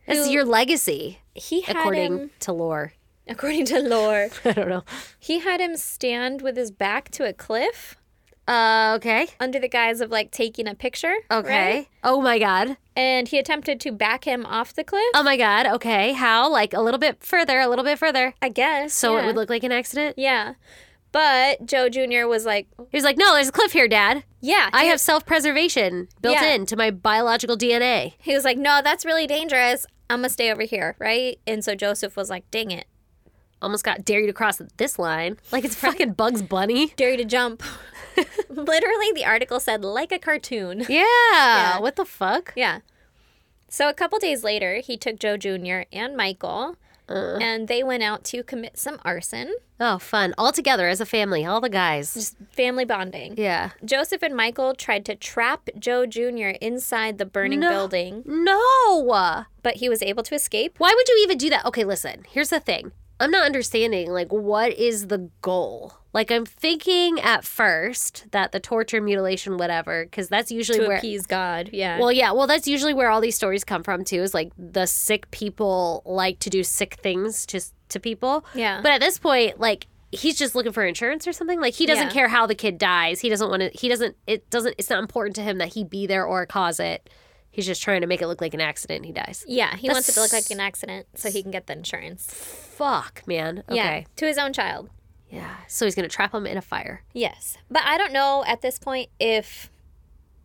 S1: That's
S3: Who-
S1: your legacy,
S3: He had
S1: according
S3: him,
S1: to lore.
S3: according to lore,
S1: I don't know.
S3: he had him stand with his back to a cliff
S1: Uh, okay.
S3: under the guise of like taking a picture.
S1: Okay.
S3: right?
S1: Oh my god.
S3: And he attempted to back him off the cliff.
S1: Oh my god. Okay. How? Like a little bit further, a little bit further.
S3: I guess.
S1: So
S3: yeah.
S1: it would look like an accident?
S3: Yeah. But Joe Jr. was like,
S1: He was like, no, there's a cliff here, Dad.
S3: yeah.
S1: I
S3: he-
S1: have self preservation built
S3: Yeah.
S1: in to my biological DNA.
S3: He was like, no, that's really dangerous. I'm going to stay over here. Right. And so Joseph was like, dang it.
S1: Almost got dare you to cross this line. Like it's fucking Bugs Bunny.
S3: Dare you to jump. Literally, the article said, like a cartoon.
S1: Yeah. What the fuck?
S3: Yeah. So a couple days later, he took Joe Jr. and Michael, and they went out to commit some arson,
S1: Oh, fun. All together as a family, all the guys.
S3: just family bonding.
S1: Yeah.
S3: Joseph and Michael tried to trap Joe Jr. inside the burning
S1: No.
S3: building,
S1: No.
S3: but he was able to escape.
S1: Why would you even do that? Okay, listen, here's the thing. I'm not understanding, like, what is the goal? Like, I'm thinking at first that the torture, mutilation, whatever, because that's usually
S3: To
S1: where.
S3: appease God, yeah.
S1: Well, yeah, well, that's usually where all these stories come from, too, is like the sick people like to do sick things to, to people.
S3: yeah.
S1: But at this point, like, he's just looking for insurance or something. Like, he doesn't
S3: Yeah.
S1: care how the kid dies. He doesn't want to, he doesn't, it doesn't, it's not important to him that he be there or cause it. He's just trying to make it look like an accident and he dies.
S3: yeah, he wants it to look like
S1: that's-
S3: an accident so he can get the insurance.
S1: Fuck, man. Okay.
S3: Yeah, to his own child.
S1: Yeah. So he's gonna trap him in a fire.
S3: Yes. But I don't know at this point if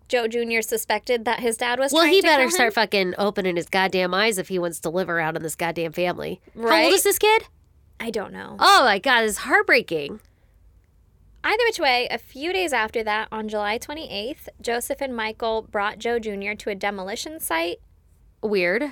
S3: Joe Jr. suspected that his dad was
S1: Well,
S3: trying
S1: he
S3: to kill
S1: better
S3: him.
S1: start fucking opening his goddamn eyes if he wants to live around in this goddamn family. How
S3: Right?
S1: old is this kid?
S3: I don't know.
S1: Oh my god, it's heartbreaking.
S3: Either which way, a few days after that, on July 28th, Joseph and Michael brought Joe Jr. to a demolition site.
S1: Weird.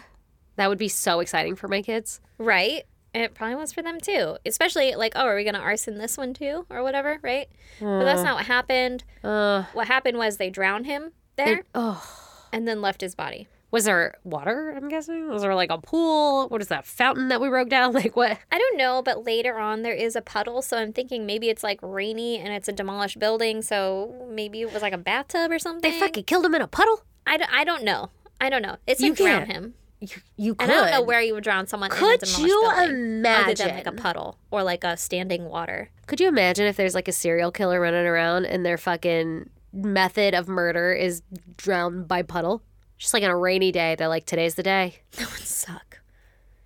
S1: That would be so exciting for my kids.
S3: Right? And it probably was for them too. Especially like, oh, are we going to arson this one too? Or whatever, right? But
S1: Mm.
S3: that's not what happened.
S1: Uh,
S3: What happened was they drowned him there
S1: it- oh.
S3: and then left his body.
S1: Was there water? I'm guessing. Was there like a pool? What is that fountain that we broke down? Like what?
S3: I don't know, but later on there is a puddle, so I'm thinking maybe it's like rainy and it's a demolished building, so maybe it was like a bathtub or something.
S1: They fucking killed him in a puddle.
S3: I don't, I don't know. I don't know. It's
S1: You
S3: like drown
S1: can't.
S3: him.
S1: You, you could.
S3: And I don't know where you would drown someone.
S1: Could
S3: in a demolished
S1: you
S3: building, Other than like a
S1: imagine?
S3: puddle or like a standing water.
S1: Could you imagine if there's like a serial killer running around and their fucking method of murder is drowned by puddle? Just like on a rainy day, they're like, today's the day.
S3: That would suck.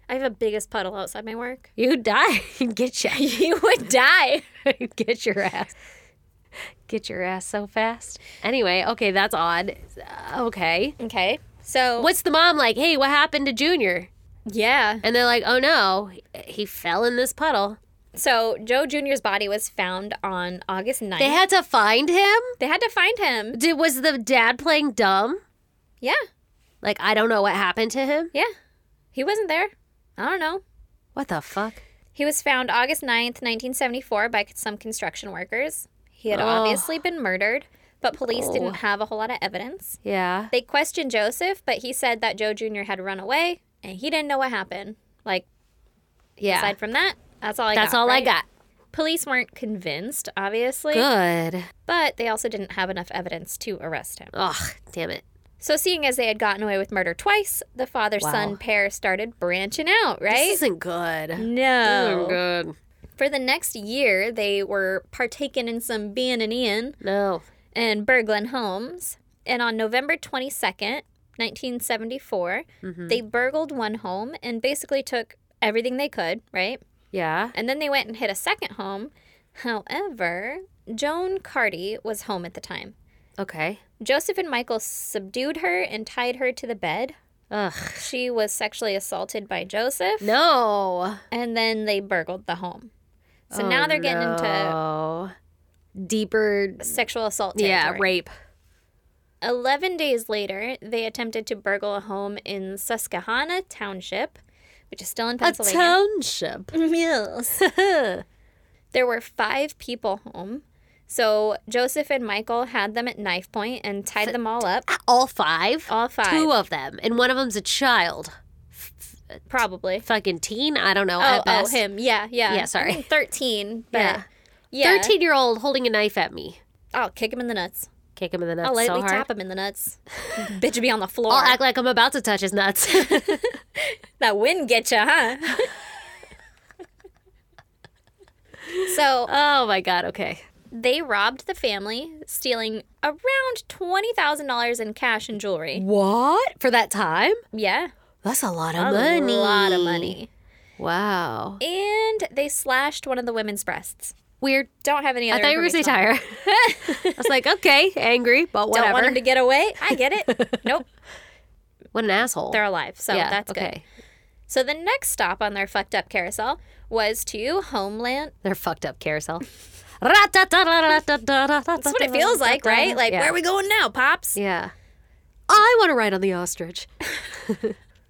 S3: I have a biggest puddle outside my work.
S1: You die. Get your,
S3: You would die.
S1: get your ass. Get your ass so fast. Anyway, okay, that's odd. Uh, Okay.
S3: Okay. So
S1: What's the mom like? Hey, what happened to Junior?
S3: Yeah.
S1: And they're like, oh no, he fell in this puddle.
S3: So Joe Jr.'s body was found on August 9th.
S1: They had to find him?
S3: They had to find him.
S1: Did was the dad playing dumb?
S3: Yeah.
S1: Like I don't know what happened to him.
S3: Yeah. He wasn't there. I don't know.
S1: What the fuck?
S3: He was found August 9th, 1974, by some construction workers. He had
S1: Oh.
S3: obviously been murdered, but police
S1: Oh.
S3: didn't have a whole lot of evidence.
S1: Yeah.
S3: They questioned Joseph, but he said that Joe Jr. had run away and he didn't know what happened. Like,
S1: Yeah.
S3: aside from that, that's all I got.
S1: That's all I
S3: right?
S1: got.
S3: Police weren't convinced, obviously,
S1: Good.
S3: but they also didn't have enough evidence to arrest him.
S1: Ugh, damn it.
S3: So, seeing as they had gotten away with murder twice, the father son
S1: Wow.
S3: pair started branching out,
S1: This
S3: right?
S1: isn't good.
S3: no.
S1: good.
S3: For the next year, they were partaking in some being and in
S1: No.
S3: and burgling homes. And on November 22nd, 1974, they burgled one home and basically took everything they could, right?
S1: Yeah.
S3: And then they went and hit a second home. However, Joan Carty was home at the time.
S1: Okay.
S3: Joseph and Michael subdued her and tied her to the bed.
S1: Ugh.
S3: She was sexually assaulted by Joseph,
S1: No.
S3: and then they burgled the home. So
S1: Oh,
S3: now they're getting into
S1: no. deeper.
S3: sexual assault
S1: Yeah,
S3: territory.
S1: rape.
S3: 11 days later, they attempted to burgle a home in Susquehanna Township, which is still in
S1: A
S3: Pennsylvania.
S1: township.
S3: Yes. there were five people home. So Joseph and Michael had them at knife point and tied them all up.
S1: All five.
S3: All five.
S1: Two of them, and one of them's a child.
S3: probably.
S1: Fucking teen. I don't know.
S3: Oh,
S1: at
S3: oh,
S1: best.
S3: him. Yeah, yeah.
S1: Yeah, sorry.
S3: I think 13, but yeah.
S1: Yeah. Thirteen-year-old holding a knife at me.
S3: I'll kick him in the nuts.
S1: Kick him in the nuts
S3: I'll
S1: so
S3: lightly
S1: hard.
S3: tap him in the nuts. Bitch be on the floor.
S1: I'll act like I'm about to touch his nuts.
S3: That wind get you, huh? so
S1: oh my god. Okay.
S3: they robbed the family, stealing around twenty thousand dollars in cash and jewelry.
S1: What for that time?
S3: Yeah,
S1: That's a lot of
S3: a
S1: money.
S3: lot of money.
S1: Wow.
S3: And they slashed one of the women's breasts.
S1: Weird.
S3: Don't have any. Other
S1: I thought you were gonna say
S3: information on
S1: tire. I was like, okay, angry, but
S3: that.
S1: whatever.
S3: Don't want him to get away. I get it. nope,
S1: what an asshole.
S3: they're alive, so
S1: yeah.
S3: that's good.
S1: okay.
S3: So the next stop on their fucked up carousel was to Homeland.
S1: They're fucked up carousel.
S3: That's what it feels like, right? Like,
S1: yeah.
S3: where are we going now, pops?
S1: Yeah. I want to ride on the ostrich.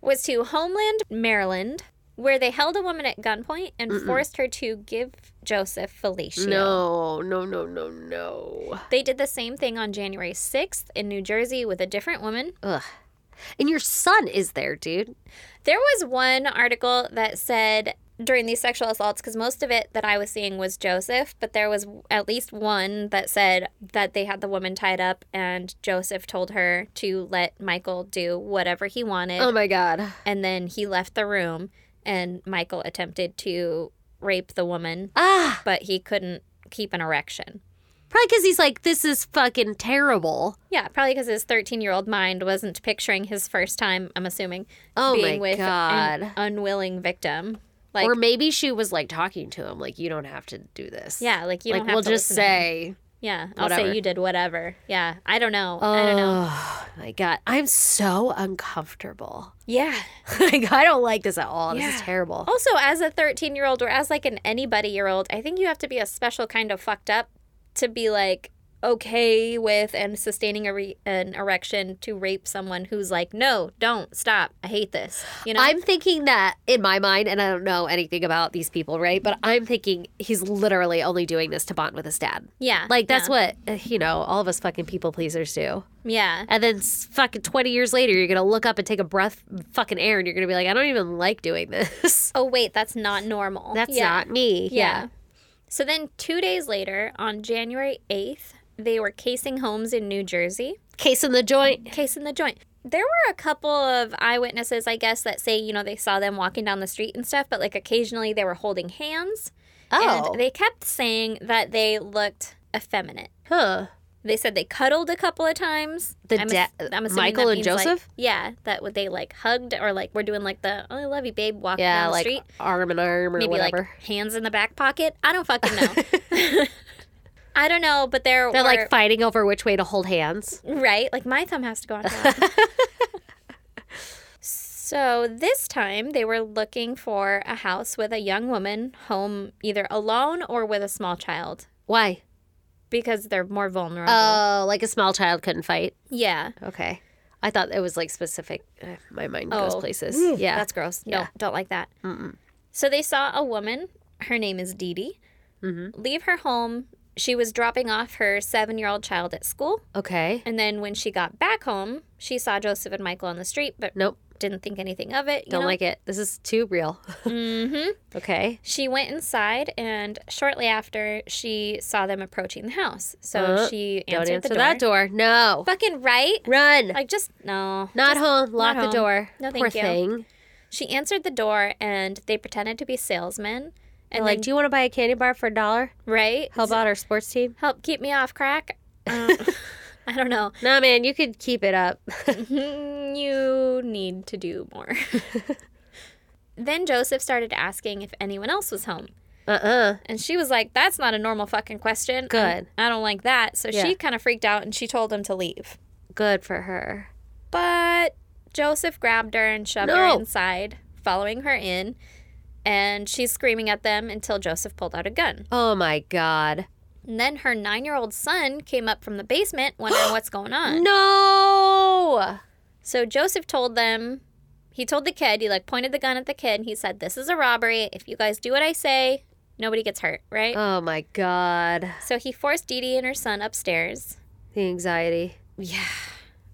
S3: was to Homeland, Maryland, where they held a woman at gunpoint and forced her to give Joseph fellatio.
S1: No, no, no, no, no.
S3: They did the same thing on January 6th in New Jersey with a different woman.
S1: Ugh. And your son is there, dude.
S3: There was one article that said during these sexual assaults, because most of it that I was seeing was Joseph, but there was at least one that said that they had the woman tied up and Joseph told her to let Michael do whatever he wanted.
S1: Oh my god.
S3: and then he left the room and Michael attempted to rape the woman,
S1: Ah,
S3: but he couldn't keep an erection.
S1: probably because he's like, this is fucking terrible.
S3: Yeah, probably because his 13 year old mind wasn't picturing his first time, I'm assuming,
S1: Oh
S3: being
S1: my
S3: with
S1: god.
S3: an unwilling victim. Like,
S1: or maybe she was like talking to him, like, you don't have to do this.
S3: yeah, like you
S1: like
S3: don't have
S1: we'll
S3: to
S1: just
S3: listen to him.
S1: say.
S3: yeah, I'll
S1: whatever.
S3: say you did whatever. Yeah, I don't know. I don't know.
S1: Oh my god, I'm so uncomfortable.
S3: Yeah.
S1: like I don't like this at all. This is
S3: Yeah. Oh,
S1: terrible.
S3: Also, as a 13 year old or as like an anybody year old, I think you have to be a special kind of fucked up to be like okay with and sustaining a re- an erection to rape someone who's like, no, don't stop. I hate this. You know?
S1: I'm thinking that in my mind, and I don't know anything about these people, right? But I'm thinking he's literally only doing this to bond with his dad.
S3: yeah.
S1: Like that's
S3: yeah,
S1: what uh, you know, all of us fucking people pleasers do.
S3: Yeah.
S1: And then s- fucking twenty years later, you're gonna look up and take a breath, fucking air, and you're gonna be like, I don't even like doing this.
S3: Oh, wait, that's not normal.
S1: That's
S3: Oh, Yeah.
S1: not me.
S3: Yeah. So then two days later, on January 8th, they were casing homes in New Jersey.
S1: Case in the joint.
S3: case in the joint. There were a couple of eyewitnesses, I guess, that say, you know, they saw them walking down the street and stuff, but like occasionally they were holding hands.
S1: Oh.
S3: And they kept saying that they looked effeminate.
S1: huh.
S3: They said they cuddled a couple of times.
S1: The
S3: I'm,
S1: da-
S3: I'm assuming
S1: Michael
S3: that
S1: and
S3: means, like-
S1: Joseph?
S3: yeah, that would they like hugged or like we're doing like the oh I love you babe walk
S1: Yeah,
S3: down the
S1: like
S3: street.
S1: arm in arm or
S3: Maybe
S1: whatever.
S3: like hands in the back pocket. I don't fucking know. I don't know, but there
S1: They're
S3: were,
S1: like fighting over which way to hold hands.
S3: Right? Like my thumb has to go on top. So this time they were looking for a house with a young woman home either alone or with a small child
S1: Why?
S3: because they're more vulnerable.
S1: Oh, like a small child couldn't fight.
S3: yeah.
S1: Okay. I thought it was like specific. Ugh, My mind
S3: Oh.
S1: goes places. yeah.
S3: That's gross. No,
S1: Yeah.
S3: don't like that. So they saw a woman, her name is Dee Dee,
S1: Mm-hmm.
S3: leave her home. She was dropping off her seven year old child at school.
S1: okay.
S3: And then when she got back home, she saw Joseph and Michael on the street, but
S1: Nope.
S3: didn't think anything of it. you
S1: Don't
S3: know? Mm-hmm.
S1: like it. This is too real. Okay.
S3: She went inside, and shortly after, she saw them approaching the house. So
S1: Uh,
S3: she
S1: Don't
S3: answered
S1: answer
S3: the door.
S1: that door. No.
S3: Fucking right?
S1: Run.
S3: Like, just no.
S1: not
S3: Just-
S1: home. Lock
S3: home.
S1: the door.
S3: No,
S1: Poor
S3: thank you.
S1: thing.
S3: She answered the door, and they pretended to be salesmen. And
S1: And like,
S3: then-
S1: do you want to buy a candy bar for a dollar?
S3: right?
S1: How about our sports team?
S3: help keep me off crack? Um, I don't know. Mm,
S1: Nah, man, you could keep it up.
S3: you need to do more. then Joseph started asking if anyone else was home.
S1: uh uh
S3: And she was like, that's not a normal fucking question.
S1: Good.
S3: I, I don't like that. So
S1: Yeah.
S3: she kind of freaked out and she told him to leave.
S1: Good for her.
S3: But Joseph grabbed her and shoved her
S1: No.
S3: inside, following her in. And she's screaming at them until Joseph pulled out a gun.
S1: Oh my God.
S3: And then her nine year old son came up from the basement wondering what's going on.
S1: No.
S3: So Joseph told them, he told the kid, he like pointed the gun at the kid, and he said, This is a robbery. If you guys do what I say, nobody gets hurt, right?
S1: Oh my God.
S3: so he forced Dee Dee and her son upstairs,
S1: The anxiety.
S3: yeah,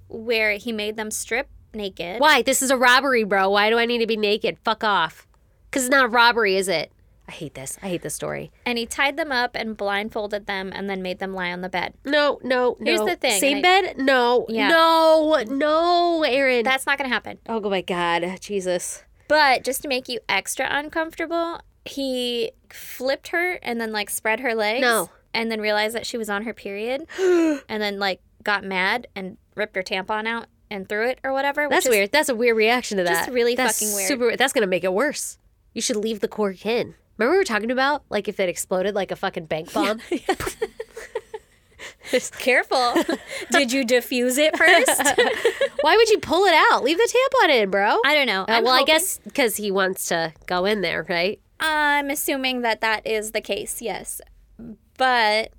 S3: where he made them strip naked.
S1: Why? This is a robbery, bro. Why do I need to be naked? Fuck off. Because it's not a robbery, is it? I hate this. I hate this story.
S3: And he tied them up and blindfolded them and then made them lie on the bed.
S1: No, no, no.
S3: Here's the thing,
S1: Same
S3: I-
S1: bed? No.
S3: Yeah.
S1: No, no, Aaron.
S3: That's not going to happen.
S1: oh my God. Jesus.
S3: But just to make you extra uncomfortable, he flipped her and then like spread her legs.
S1: No.
S3: And then realized that she was on her period and then like got mad and ripped her tampon out and threw it or whatever. which
S1: That's
S3: is-
S1: weird. That's a weird reaction to that.
S3: Just really
S1: That's
S3: fucking weird.
S1: Super. weird. That's gonna make it worse. You should leave the cork in. Remember we were talking about like if it exploded like a fucking bank bomb.
S3: Careful. Did you defuse it first?
S1: Why would you pull it out? Leave the tampon in, bro.
S3: I don't know.
S1: Uh,
S3: I'm
S1: well, I
S3: hoping-
S1: guess because he wants to go in there, right?
S3: I'm assuming that that is the case, yes. But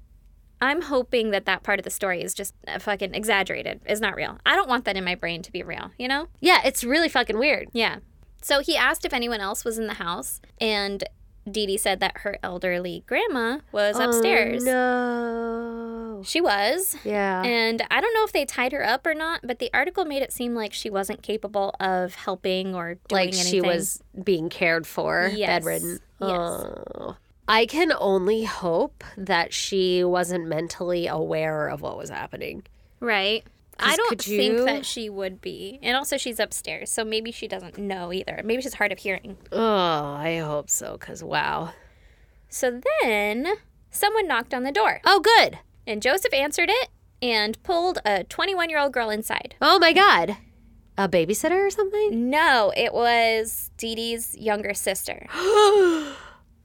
S3: I'm hoping that that part of the story is just uh, fucking exaggerated, is not real. I don't want that in my brain to be real, you know?
S1: Yeah, it's really fucking weird.
S3: Yeah. So he asked if anyone else was in the house, and Dee Dee said that her elderly grandma was
S1: Oh,
S3: upstairs.
S1: no.
S3: She was.
S1: Yeah.
S3: And I don't know if they tied her up or not, but the article made it seem like she wasn't capable of helping or
S1: like
S3: doing anything.
S1: she was being cared for,
S3: Yes.
S1: bedridden.
S3: Yes.
S1: Oh. I can only hope that she wasn't mentally aware of what was happening.
S3: right. I
S1: 'Cause
S3: don't
S1: could
S3: think
S1: you-
S3: that she would be. And also, she's upstairs, so maybe she doesn't know either. Maybe she's hard of hearing.
S1: Oh, I hope so, because wow.
S3: So then someone knocked on the door,
S1: Oh, good.
S3: and Joseph answered it and pulled a 21 year old girl inside.
S1: Oh, my God. A babysitter or something?
S3: No, it was Dee Dee's younger sister.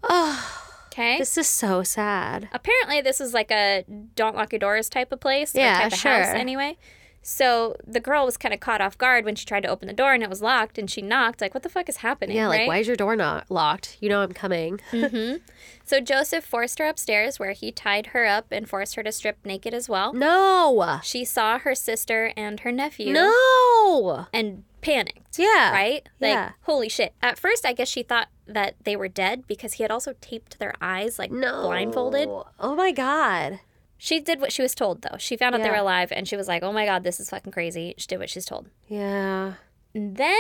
S1: Oh,
S3: Okay.
S1: this is so sad.
S3: Apparently, this is like a don't lock your doors type of place. or
S1: Yeah,
S3: type of House
S1: sure.
S3: anyway. So the girl was kind of caught off guard when she tried to open the door and it was locked and she knocked. Like, what the fuck is happening?
S1: Yeah, like,
S3: right? Mm-hmm.
S1: why is your door not locked? You know I'm coming.
S3: So Joseph forced her upstairs where he tied her up and forced her to strip naked as well.
S1: No.
S3: She saw her sister and her nephew
S1: No.
S3: and panicked.
S1: Yeah.
S3: Right? Like,
S1: yeah.
S3: holy shit. At first, I guess she thought that they were dead because he had also taped their eyes, like
S1: No.
S3: blindfolded.
S1: Oh, my God.
S3: She did what she was told, though. She found out they
S1: Yeah.
S3: were alive and she was like, oh my God, this is fucking crazy. She did what she's told.
S1: Yeah.
S3: Then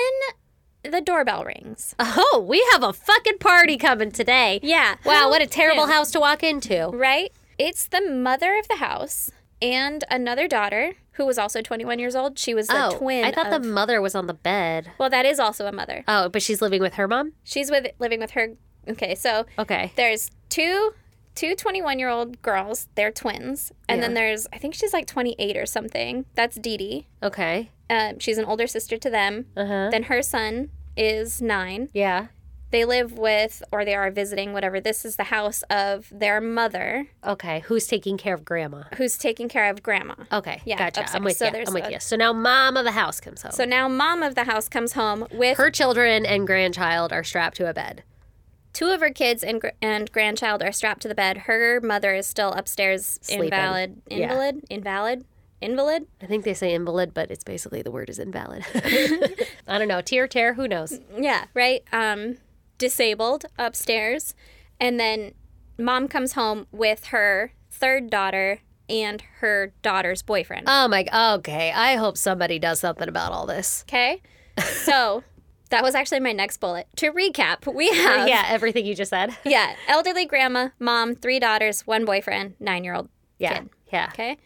S3: the doorbell rings.
S1: Oh, we have a fucking party coming today.
S3: Yeah.
S1: Wow, what a terrible
S3: Yeah.
S1: house to walk into.
S3: Right? It's the mother of the house and another daughter who was also 21 years old. She was the
S1: oh,
S3: twin.
S1: I thought
S3: of-
S1: the mother was on the bed.
S3: Well, that is also a mother.
S1: Oh, but she's living with her mom?
S3: She's with living with her. Okay, so
S1: Okay.
S3: there's two two 21 year old girls. They're twins. And
S1: Yeah.
S3: then there's, I think she's like 28 or something. That's Dee Dee.
S1: Okay.
S3: Um, she's an older sister to them.
S1: Uh huh.
S3: Then her son is nine.
S1: Yeah.
S3: They live with, or they are visiting, whatever. This is the house of their mother,
S1: Okay, who's taking care of grandma?
S3: who's taking care of grandma.
S1: Okay,
S3: Yeah,
S1: gotcha. I'm
S3: upstairs.
S1: with
S3: So
S1: you.
S3: there's
S1: I'm with
S3: a-
S1: you. So now mom of the house comes home.
S3: So now, mom of the house comes home with
S1: her children and grandchild are strapped to a bed.
S3: two of her kids and gr- and grandchild are strapped to the bed. Her mother is still upstairs,
S1: Sleeping.
S3: invalid,
S1: Yeah.
S3: invalid, invalid, invalid.
S1: I think they say invalid, but it's basically the word is invalid. I don't know. Tear, tear, who knows?
S3: Yeah, right. Um, disabled upstairs, and then mom comes home with her third daughter and her daughter's boyfriend.
S1: Oh my, okay. I hope somebody does something about all this.
S3: Okay, so that was actually my next bullet. To recap, we have
S1: yeah, everything you just said.
S3: yeah, elderly grandma, mom, three daughters, one boyfriend, nine year old.
S1: Yeah.
S3: Kid.
S1: Yeah.
S3: Okay.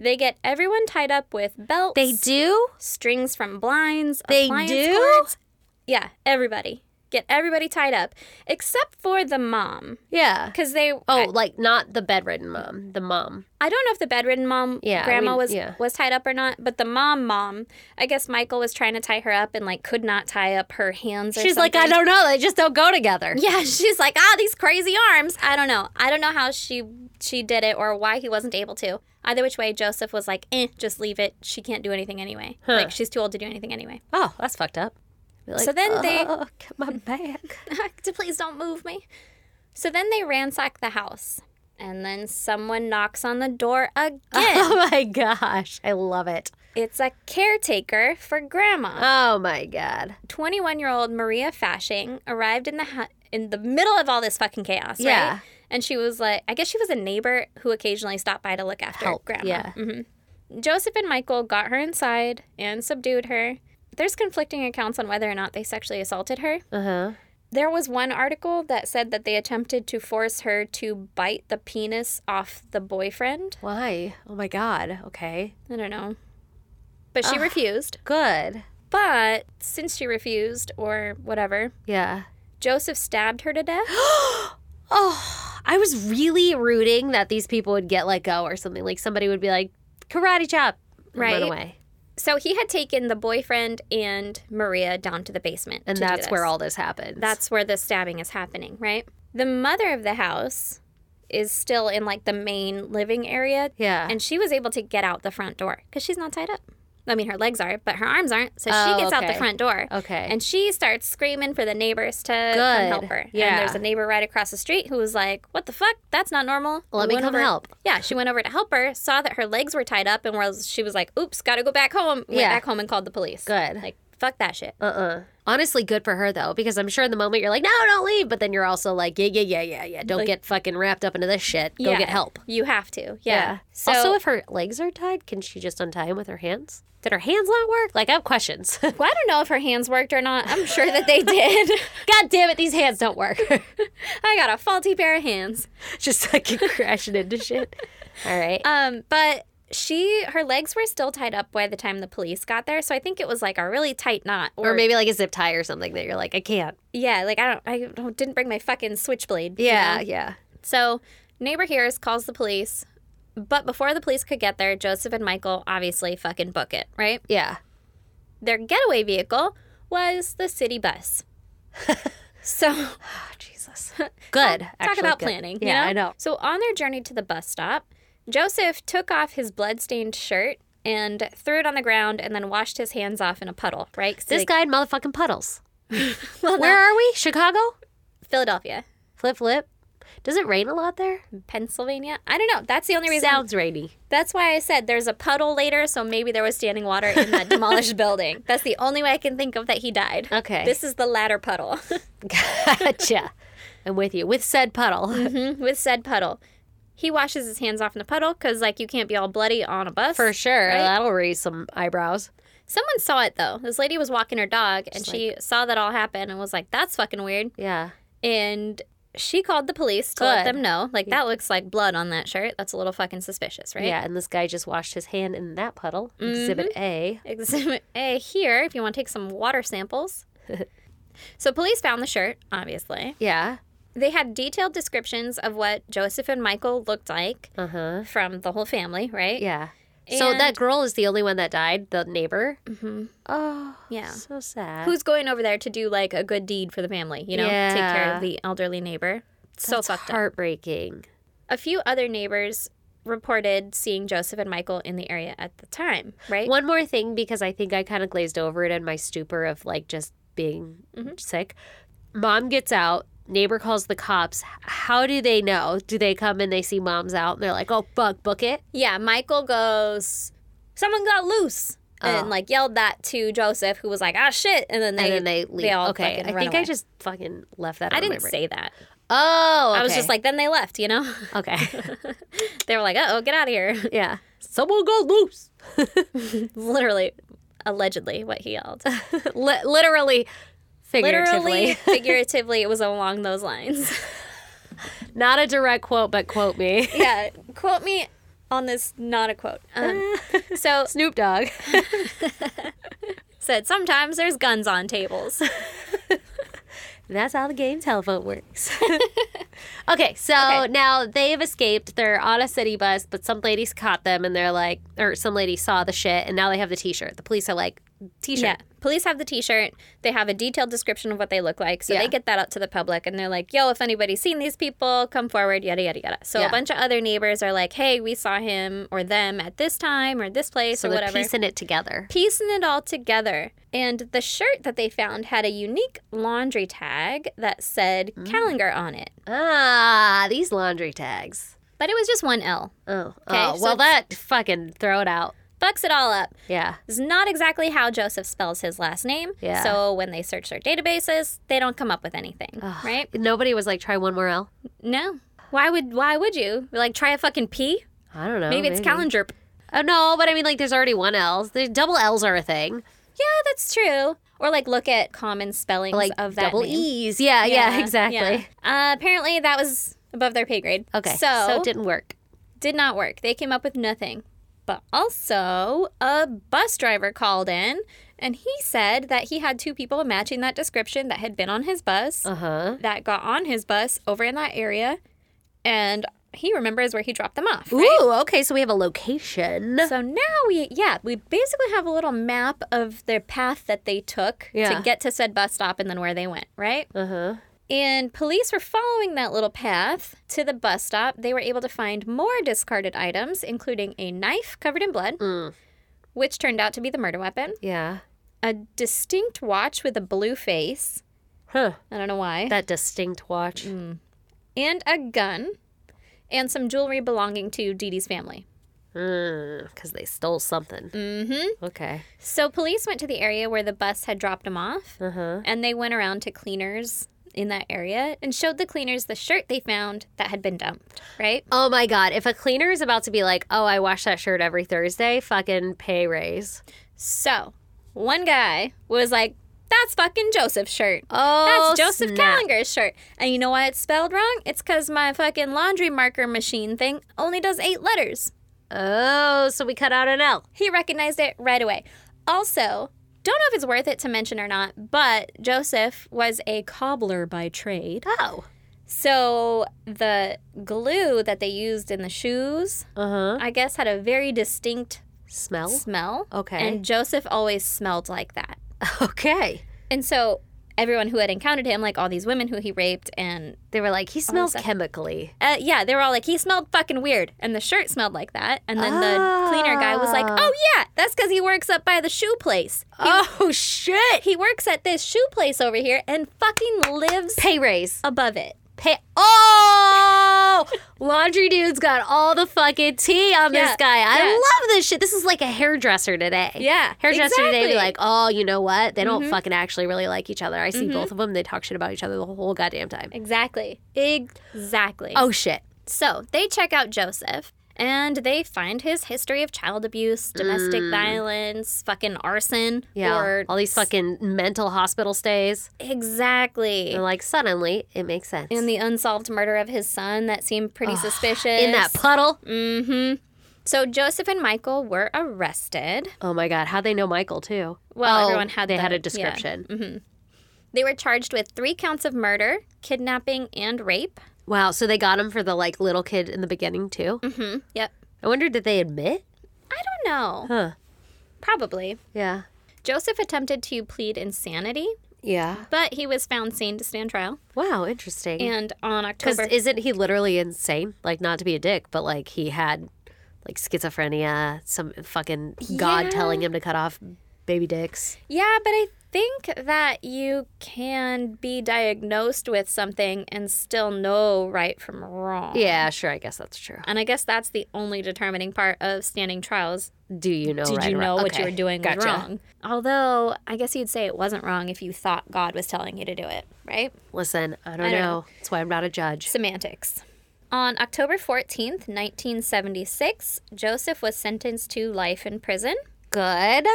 S3: They get everyone tied up with belts,
S1: They do?
S3: strings from blinds,
S1: They
S3: appliance
S1: do?
S3: cords. Yeah, everybody. Get everybody tied up except for the mom
S1: Yeah.
S3: because they oh.
S1: Oh,
S3: I,
S1: like not the bedridden mom, the mom.
S3: I don't know if the bedridden mom
S1: Yeah,
S3: grandma
S1: we-
S3: was
S1: yeah.
S3: was tied up or not, but the mom mom, I guess Michael was trying to tie her up and like could not tie up her hands or
S1: She's like, I
S3: something.
S1: don't know. They just don't go together.
S3: Yeah, she's like, ah, these crazy arms. I don't know. I don't know how she she did it or why he wasn't able to. Either which way, Joseph was like, eh, just leave it. She can't do anything anyway.
S1: Huh.
S3: Like she's too old to do anything anyway.
S1: Oh, that's fucked up. Be like,
S3: So then they-
S1: "Oh, get my back.
S3: Please don't move me. So then they ransack the house, and then someone knocks on the door again.
S1: Oh my gosh, I love it.
S3: it's a caretaker for Grandma.
S1: Oh my god.
S3: 21 year old Maria Fashing arrived in the hu- in the middle of all this fucking chaos,
S1: Yeah.
S3: right? And she was like, I guess she was a neighbor who occasionally stopped by to look after
S1: Help,
S3: grandma.
S1: yeah.
S3: Mhm. Joseph and Michael got her inside and subdued her. There's conflicting accounts on whether or not they sexually assaulted her.
S1: Uh huh.
S3: There was one article that said that they attempted to force her to bite the penis off the boyfriend.
S1: Why? Oh my god. Okay.
S3: I don't know. But she refused.
S1: Good.
S3: But since she refused or whatever,
S1: Yeah.
S3: Joseph stabbed her to death.
S1: Oh, I was really rooting that these people would get let go or something. Like somebody would be like, karate chop, and
S3: Right.
S1: run away,
S3: So he had taken the boyfriend and Maria down to the basement.
S1: and
S3: to do
S1: that's
S3: this.
S1: where all this happens.
S3: that's where the stabbing is happening, right? The mother of the house is still in like the main living area,
S1: yeah.
S3: and she was able to get out the front door because she's not tied up. I mean, her legs are, but her arms aren't. So
S1: Oh,
S3: she gets out the
S1: okay.
S3: front door.
S1: okay.
S3: And she starts screaming for the neighbors to come
S1: Good.
S3: help her.
S1: Yeah.
S3: And there's a neighbor right across the street who was like, "What the fuck? That's not normal."
S1: Let
S3: And
S1: me
S3: went
S1: come
S3: over-
S1: help.
S3: Yeah, she went over to help her, saw that her legs were tied up, and was she was like, "Oops, gotta go back home." Went
S1: Yeah.
S3: back home and called the police.
S1: Good.
S3: Like, fuck that shit.
S1: uh-uh. Honestly, good for her though, because I'm sure in the moment you're like, no, don't leave, but then you're also like, yeah, yeah, yeah, yeah, yeah. Don't
S3: Like-
S1: get fucking wrapped up into this shit. Go
S3: Yeah.
S1: get help.
S3: You have to. Yeah. So
S1: also, if her legs are tied, can she just untie them with her hands? Did her hands not work? Like, I have questions.
S3: well, I don't know if her hands worked or not. I'm sure that they did.
S1: God damn it, these hands don't work.
S3: I got a faulty pair of hands.
S1: just like crashing into shit. All right.
S3: Um, but she her legs were still tied up by the time the police got there, so I think it was like a really tight knot
S1: or maybe like a zip tie or something that you're like, I can't.
S3: Yeah, like I don't, I don't, didn't bring my fucking switchblade. you know?
S1: yeah.
S3: So neighbor hears, calls the police, but before the police could get there, Joseph and Michael obviously fucking book it, right?
S1: Yeah.
S3: Their getaway vehicle was the city bus. so
S1: Oh, Jesus. Good.
S3: talk
S1: actually,
S3: about
S1: good.
S3: planning.
S1: Yeah,
S3: you know?
S1: I know.
S3: So on their journey to the bus stop, Joseph took off his bloodstained shirt and threw it on the ground, and then washed his hands off in a puddle. Right? 'Cause
S1: This
S3: they-
S1: guy in motherfucking puddles.
S3: well,
S1: Where
S3: no,
S1: are we? Chicago?
S3: Philadelphia,
S1: Flip, flip. Does it rain a lot there?
S3: Pennsylvania. I don't know. That's the only reason.
S1: Sounds rainy.
S3: That's why I said there's a puddle later, so maybe there was standing water in that demolished building. That's the only way I can think of that he died.
S1: Okay.
S3: This is the latter puddle
S1: gotcha. I'm with you. With said puddle.
S3: with said puddle. He washes his hands off in the puddle because, like, you can't be all bloody on a bus.
S1: For sure.
S3: Right?
S1: That'll raise some eyebrows.
S3: Someone saw it, though. This lady was walking her dog and she saw that all happen and was like, that's fucking weird.
S1: Yeah.
S3: And she called the police to let
S1: Good.
S3: them know. Like, that looks like blood on that shirt. That's a little fucking suspicious, right?
S1: Yeah. And this guy just washed his hand in that puddle. Exhibit A.
S3: Exhibit A here if you want to take some water samples. so police found the shirt, obviously.
S1: Yeah.
S3: They had detailed descriptions of what Joseph and Michael looked like
S1: Uh huh.
S3: from the whole family, right?
S1: Yeah. so
S3: And-
S1: that girl is the only one that died, the neighbor.
S3: Mhm.
S1: Oh,
S3: Yeah.
S1: so sad.
S3: Who's going over there to do like a good deed for the family, you know? Take care
S1: Yeah.
S3: of the elderly neighbor. so
S1: That's
S3: fucked up.
S1: heartbreaking.
S3: A few other neighbors reported seeing Joseph and Michael in the area at the time, right?
S1: One more thing, because I think I kind of glazed over it in my stupor of like just being
S3: Mhm.
S1: sick. Mom gets out. Neighbor calls the cops. How do they know? Do they come and they see mom's out and they're like, "Oh fuck, book it."
S3: Yeah, Michael goes, Someone got loose.
S1: Oh.
S3: And like yelled that to Joseph, who was like, "Ah, shit!" Uh-huh. And then they,
S1: and then they leave.
S3: all
S1: okay,
S3: fucking
S1: I
S3: run
S1: think I
S3: away.
S1: just fucking left that.
S3: I
S1: on my
S3: didn't
S1: brain.
S3: say that.
S1: Oh,
S3: I was
S1: okay.
S3: just like, then they left, you know?
S1: okay,
S3: they were like, uh oh, get out of here.
S1: yeah. Someone go loose.
S3: Literally, allegedly, what he yelled.
S1: Li- literally, figuratively.
S3: Literally, figuratively, it was along those lines.
S1: Not a direct quote, but quote me.
S3: yeah, quote me on this, not a quote. Um, so
S1: Snoop Dogg.
S3: said, sometimes there's guns on tables.
S1: That's how the game telephone works. okay, so
S3: Okay.
S1: now they've escaped. They're on a city bus, but some ladies caught them and they're like, or some lady saw the shit and now they have the t shirt. The police are like, t shirt.
S3: Yeah. Police have the t shirt. They have a detailed description of what they look like. So
S1: Yeah.
S3: they get that out to the public and they're like, yo, if anybody's seen these people, come forward, yada, yada, yada. So
S1: Yeah.
S3: a bunch of other neighbors are like, hey, we saw him or them at this time or this place
S1: So
S3: or
S1: they're
S3: whatever.
S1: piecing it together.
S3: piecing it all together. And the shirt that they found had a unique laundry tag that said
S1: Mm.
S3: Callinger on it.
S1: Ah, these laundry tags.
S3: But it was just one L.
S1: Oh,
S3: Okay,
S1: oh
S3: so
S1: well,
S3: it's-
S1: that fucking throw it out.
S3: Bucks it all up.
S1: Yeah.
S3: This is not exactly how Joseph spells his last name.
S1: Yeah.
S3: So when they search their databases, they don't come up with anything, right?
S1: Nobody was like, try one more L.
S3: No. Why would why would you? Like try a fucking P?
S1: I don't know.
S3: Maybe it's calendar.
S1: Oh, no, but I mean, like, there's already one L's. There's double L's are a thing.
S3: Yeah, that's true. Or like look at common spellings
S1: Like,
S3: of that
S1: double
S3: name.
S1: E's. Yeah, yeah, exactly.
S3: yeah. Uh, apparently that was above their pay grade.
S1: Okay.
S3: So,
S1: so it didn't work.
S3: did not work. They came up with nothing. But also, a bus driver called in and he said that he had two people matching that description that had been on his bus,
S1: Uh huh.
S3: that got on his bus over in that area, and he remembers where he dropped them off.
S1: Ooh, okay, so we have a location.
S3: So now we, yeah, we basically have a little map of their path that they took
S1: Yeah.
S3: to get to said bus stop and then where they went, right?
S1: Uh huh.
S3: And police were following that little path to the bus stop. They were able to find more discarded items, including a knife covered in blood, which turned out to be the murder weapon,
S1: Yeah.
S3: a distinct watch with a blue face.
S1: Huh. Mm.
S3: I don't know why.
S1: That distinct watch.
S3: and a gun, and some jewelry belonging to Dee Dee's family.
S1: Because Mm, they stole something. Mm hmm. Okay.
S3: So police went to the area where the bus had dropped them off,
S1: Uh-huh.
S3: and they went around to cleaners in that area and showed the cleaners the shirt they found that had been dumped, right?
S1: Oh my God. If a cleaner is about to be like, oh, I wash that shirt every Thursday, fucking pay raise.
S3: So, one guy was like, that's fucking Joseph's shirt.
S1: Oh,
S3: That's Joseph Callinger's shirt. And you know why it's spelled wrong? It's because my fucking laundry marker machine thing only does eight letters.
S1: Oh, so we cut out an L.
S3: He recognized it right away. Also, don't know if it's worth it to mention or not, but Joseph was a cobbler by trade.
S1: Oh.
S3: So the glue that they used in the shoes,
S1: Uh huh.
S3: I guess, had a very distinct
S1: Smell?
S3: smell.
S1: Mm-hmm. Okay.
S3: And Joseph always smelled like that.
S1: Okay.
S3: And so everyone who had encountered him, like all these women who he raped, and
S1: They were like, he smells
S3: "Oh, that-
S1: chemically.
S3: uh, yeah, they were all like, he smelled fucking weird. And the shirt smelled like that. And then the cleaner guy was like,
S1: Ah.
S3: oh, yeah, that's because he works up by the shoe place.
S1: Oh, shit.
S3: He works at this shoe place over here and fucking lives
S1: Pay raise.
S3: above it.
S1: pay. Oh, laundry dude's got all the fucking tea on this
S3: Yeah,
S1: guy. I
S3: yeah.
S1: love this shit. This is like a hairdresser today.
S3: Yeah,
S1: hairdresser today be
S3: exactly. Mm-hmm.
S1: like, oh, you know what? They don't fucking actually really like each other. I see both of them. They talk shit about each other the whole goddamn time.
S3: Exactly. Exactly.
S1: Oh shit.
S3: So they check out Joseph and they find his history of child abuse, domestic violence, fucking arson.
S1: Mm. Yeah,
S3: Or
S1: all these fucking mental hospital stays.
S3: Exactly.
S1: And like suddenly, it makes sense.
S3: and the unsolved murder of his son that seemed pretty suspicious.
S1: in that puddle.
S3: Mm-hmm. So Joseph and Michael were arrested.
S1: Oh my god, how they know Michael too?
S3: Well,
S1: Oh,
S3: everyone had
S1: they had
S3: the- Mm-hmm.
S1: a description.
S3: They were charged with three counts of murder, kidnapping, and rape.
S1: Wow, so they got him for the like little kid in the beginning too.
S3: Mm-hmm. Yep.
S1: I wonder did they admit?
S3: I don't know.
S1: Huh.
S3: Probably.
S1: Yeah.
S3: Joseph attempted to plead insanity,
S1: Yeah.
S3: but he was found sane to stand trial.
S1: Wow, interesting.
S3: And on
S1: Because
S3: October,
S1: isn't he literally insane? Like, not to be a dick, but like he had like schizophrenia, some fucking
S3: Yeah.
S1: god telling him to cut off baby dicks.
S3: yeah, but I think that you can be diagnosed with something and still know right from wrong.
S1: Yeah, sure. I guess that's true.
S3: And I guess that's the only determining part of standing trials.
S1: Do you know?
S3: Did
S1: right
S3: you
S1: or
S3: know
S1: wrong?
S3: what you
S1: Okay,
S3: were doing was
S1: gotcha.
S3: wrong? Although, I guess you'd say it wasn't wrong if you thought God was telling you to do it, right?
S1: Listen, I don't,
S3: I don't
S1: know.
S3: know.
S1: That's why I'm not a judge.
S3: Semantics. On October 14th, 1976, Joseph was sentenced to life in prison.
S1: Good.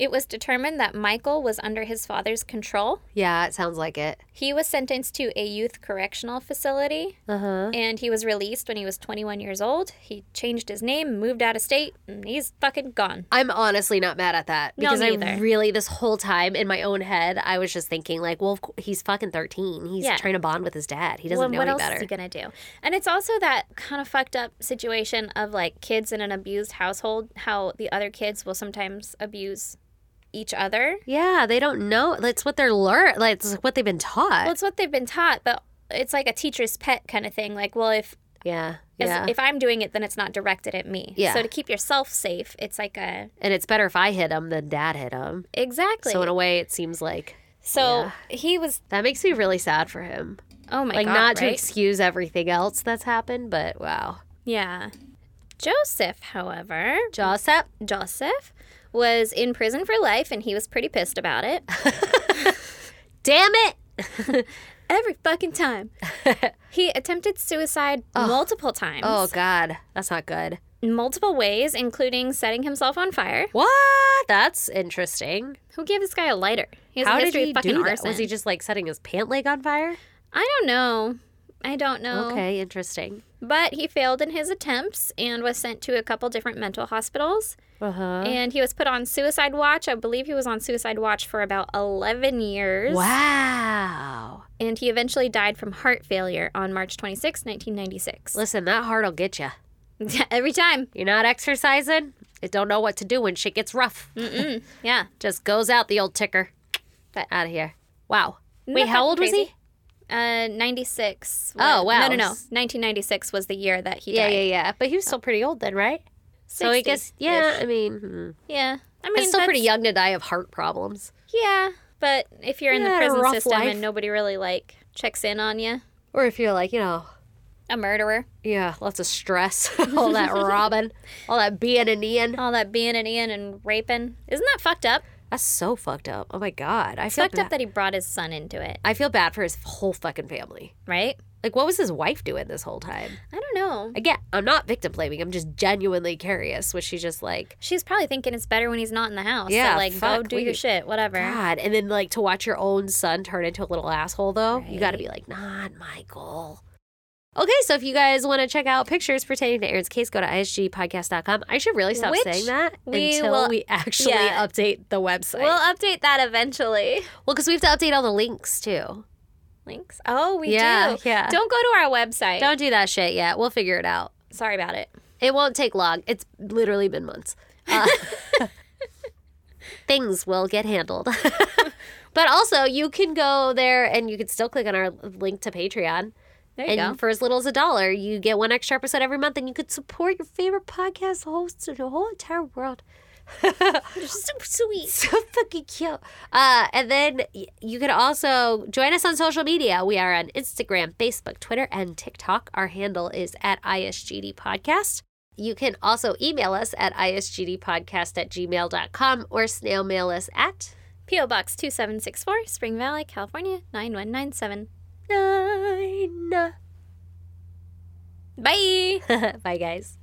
S3: It was determined that Michael was under his father's control.
S1: Yeah, it sounds like it.
S3: He was sentenced to a youth correctional facility
S1: Uh huh.
S3: and he was released when he was 21 years old. He changed his name, moved out of state, and he's fucking gone.
S1: I'm honestly not mad at that
S3: No,
S1: because
S3: me
S1: I
S3: either.
S1: really this whole time in my own head I was just thinking like, well, of cou- he's fucking 13. He's
S3: Yeah.
S1: trying to bond with his dad. He doesn't
S3: Well,
S1: know
S3: what
S1: any
S3: else
S1: better.
S3: is he gonna do? And it's also that kind of fucked up situation of like kids in an abused household, how the other kids will sometimes abuse each other.
S1: Yeah, they don't know. That's what they're learn. Like, it's what they've been taught.
S3: Well, it's what they've been taught, but it's like a teacher's pet kind of thing. Like, well, if
S1: yeah,
S3: as-
S1: yeah.
S3: if I'm doing it, then it's not directed at me.
S1: Yeah.
S3: So to keep yourself safe, it's like a
S1: and it's better if I hit him than dad hit him.
S3: exactly.
S1: So in a
S3: So,
S1: way, it seems like
S3: he was.
S1: that makes me really sad for him.
S3: Oh my
S1: Like
S3: god!
S1: not to
S3: right?
S1: excuse everything else that's happened, but wow,
S3: yeah. Joseph, however,
S1: Joseph.
S3: Joseph was in prison for life, and he was pretty pissed about it.
S1: Damn it!
S3: every fucking time. he attempted suicide multiple times,
S1: Oh God, that's not good.
S3: multiple ways, including setting himself on fire.
S1: What? That's interesting.
S3: Who gave this guy a lighter? He has a
S1: How did
S3: history of
S1: he
S3: fucking
S1: do that?
S3: arson.
S1: Was he just like setting his pant leg on fire?
S3: I don't know. I don't know.
S1: Okay, interesting.
S3: But he failed in his attempts and was sent to a couple different mental hospitals.
S1: Uh huh.
S3: And he was put on suicide watch. I believe he was on suicide watch for about 11 years.
S1: Wow.
S3: And he eventually died from heart failure on March 26, 1996.
S1: Listen, that heart'll get you.
S3: Every time.
S1: You're not exercising. It don't know what to do when shit gets rough.
S3: Yeah.
S1: Just goes out the old ticker. That out of here. Wow.
S3: Isn't
S1: Wait,
S3: that
S1: how old
S3: fucking
S1: was
S3: crazy?
S1: he?
S3: Uh, 96.
S1: Oh, wow.
S3: No, no, no. 1996 was the year that he
S1: Yeah,
S3: died.
S1: yeah, yeah. But he was still pretty old then, right? So I
S3: 60-ish.
S1: guess, yeah. I mean, hmm.
S3: Yeah. I mean,
S1: that's still pretty
S3: that's-
S1: young to die of heart problems,
S3: Yeah. But if you're in the
S1: Yeah, had a
S3: prison
S1: rough
S3: system
S1: life.
S3: and nobody really, like, checks in on you,
S1: or if you're like, you know,
S3: a murderer.
S1: yeah, lots of stress, all that robbing, all that being an Ian.
S3: all that being an Ian and raping. Isn't that fucked up?
S1: That's so fucked up. Oh my god, I
S3: It's
S1: feel
S3: fucked
S1: bad.
S3: up that he brought his son into it,
S1: I feel bad for his whole fucking family.
S3: right?
S1: Like, what was his wife doing this whole time?
S3: I don't know.
S1: Again, I'm not victim blaming. I'm just genuinely curious. Was she just like,
S3: She's probably thinking it's better when he's not in the house.
S1: Yeah,
S3: so, like go
S1: fuck,
S3: do your
S1: leave.
S3: shit, whatever.
S1: God? And then, like, to watch your own son turn into a little asshole, though, you got to be like, not Michael. Okay, so if you guys want to check out pictures pertaining to Aaron's case, go to isgpodcast.com. I should really stop
S3: Which
S1: saying that
S3: we
S1: until
S3: will-
S1: we actually
S3: yeah.
S1: update the website.
S3: We'll
S1: Well,
S3: update that eventually.
S1: because we have to update all the links too.
S3: Links. Oh, we
S1: Yeah,
S3: do.
S1: yeah.
S3: Don't go to our website.
S1: Don't do that shit yet. We'll figure it out.
S3: Sorry about it.
S1: It won't take long. It's literally been months. Uh, things will get handled. but also, you can go there and you can still click on our link to Patreon.
S3: There you
S1: And
S3: go.
S1: for as little as a dollar, you get one extra episode every month and you could support your favorite podcast hosts in the whole entire world.
S3: So sweet.
S1: So fucking cute. Uh, and then y- you can also join us on social media. We are on Instagram, Facebook, Twitter, and TikTok. Our handle is at ISGD Podcast. You can also email us at isgdpodcast at gmail.com or snail mail us at
S3: P.O. Box 2764, Spring Valley, California, 9197.
S1: nine.
S3: Bye.
S1: Bye, guys.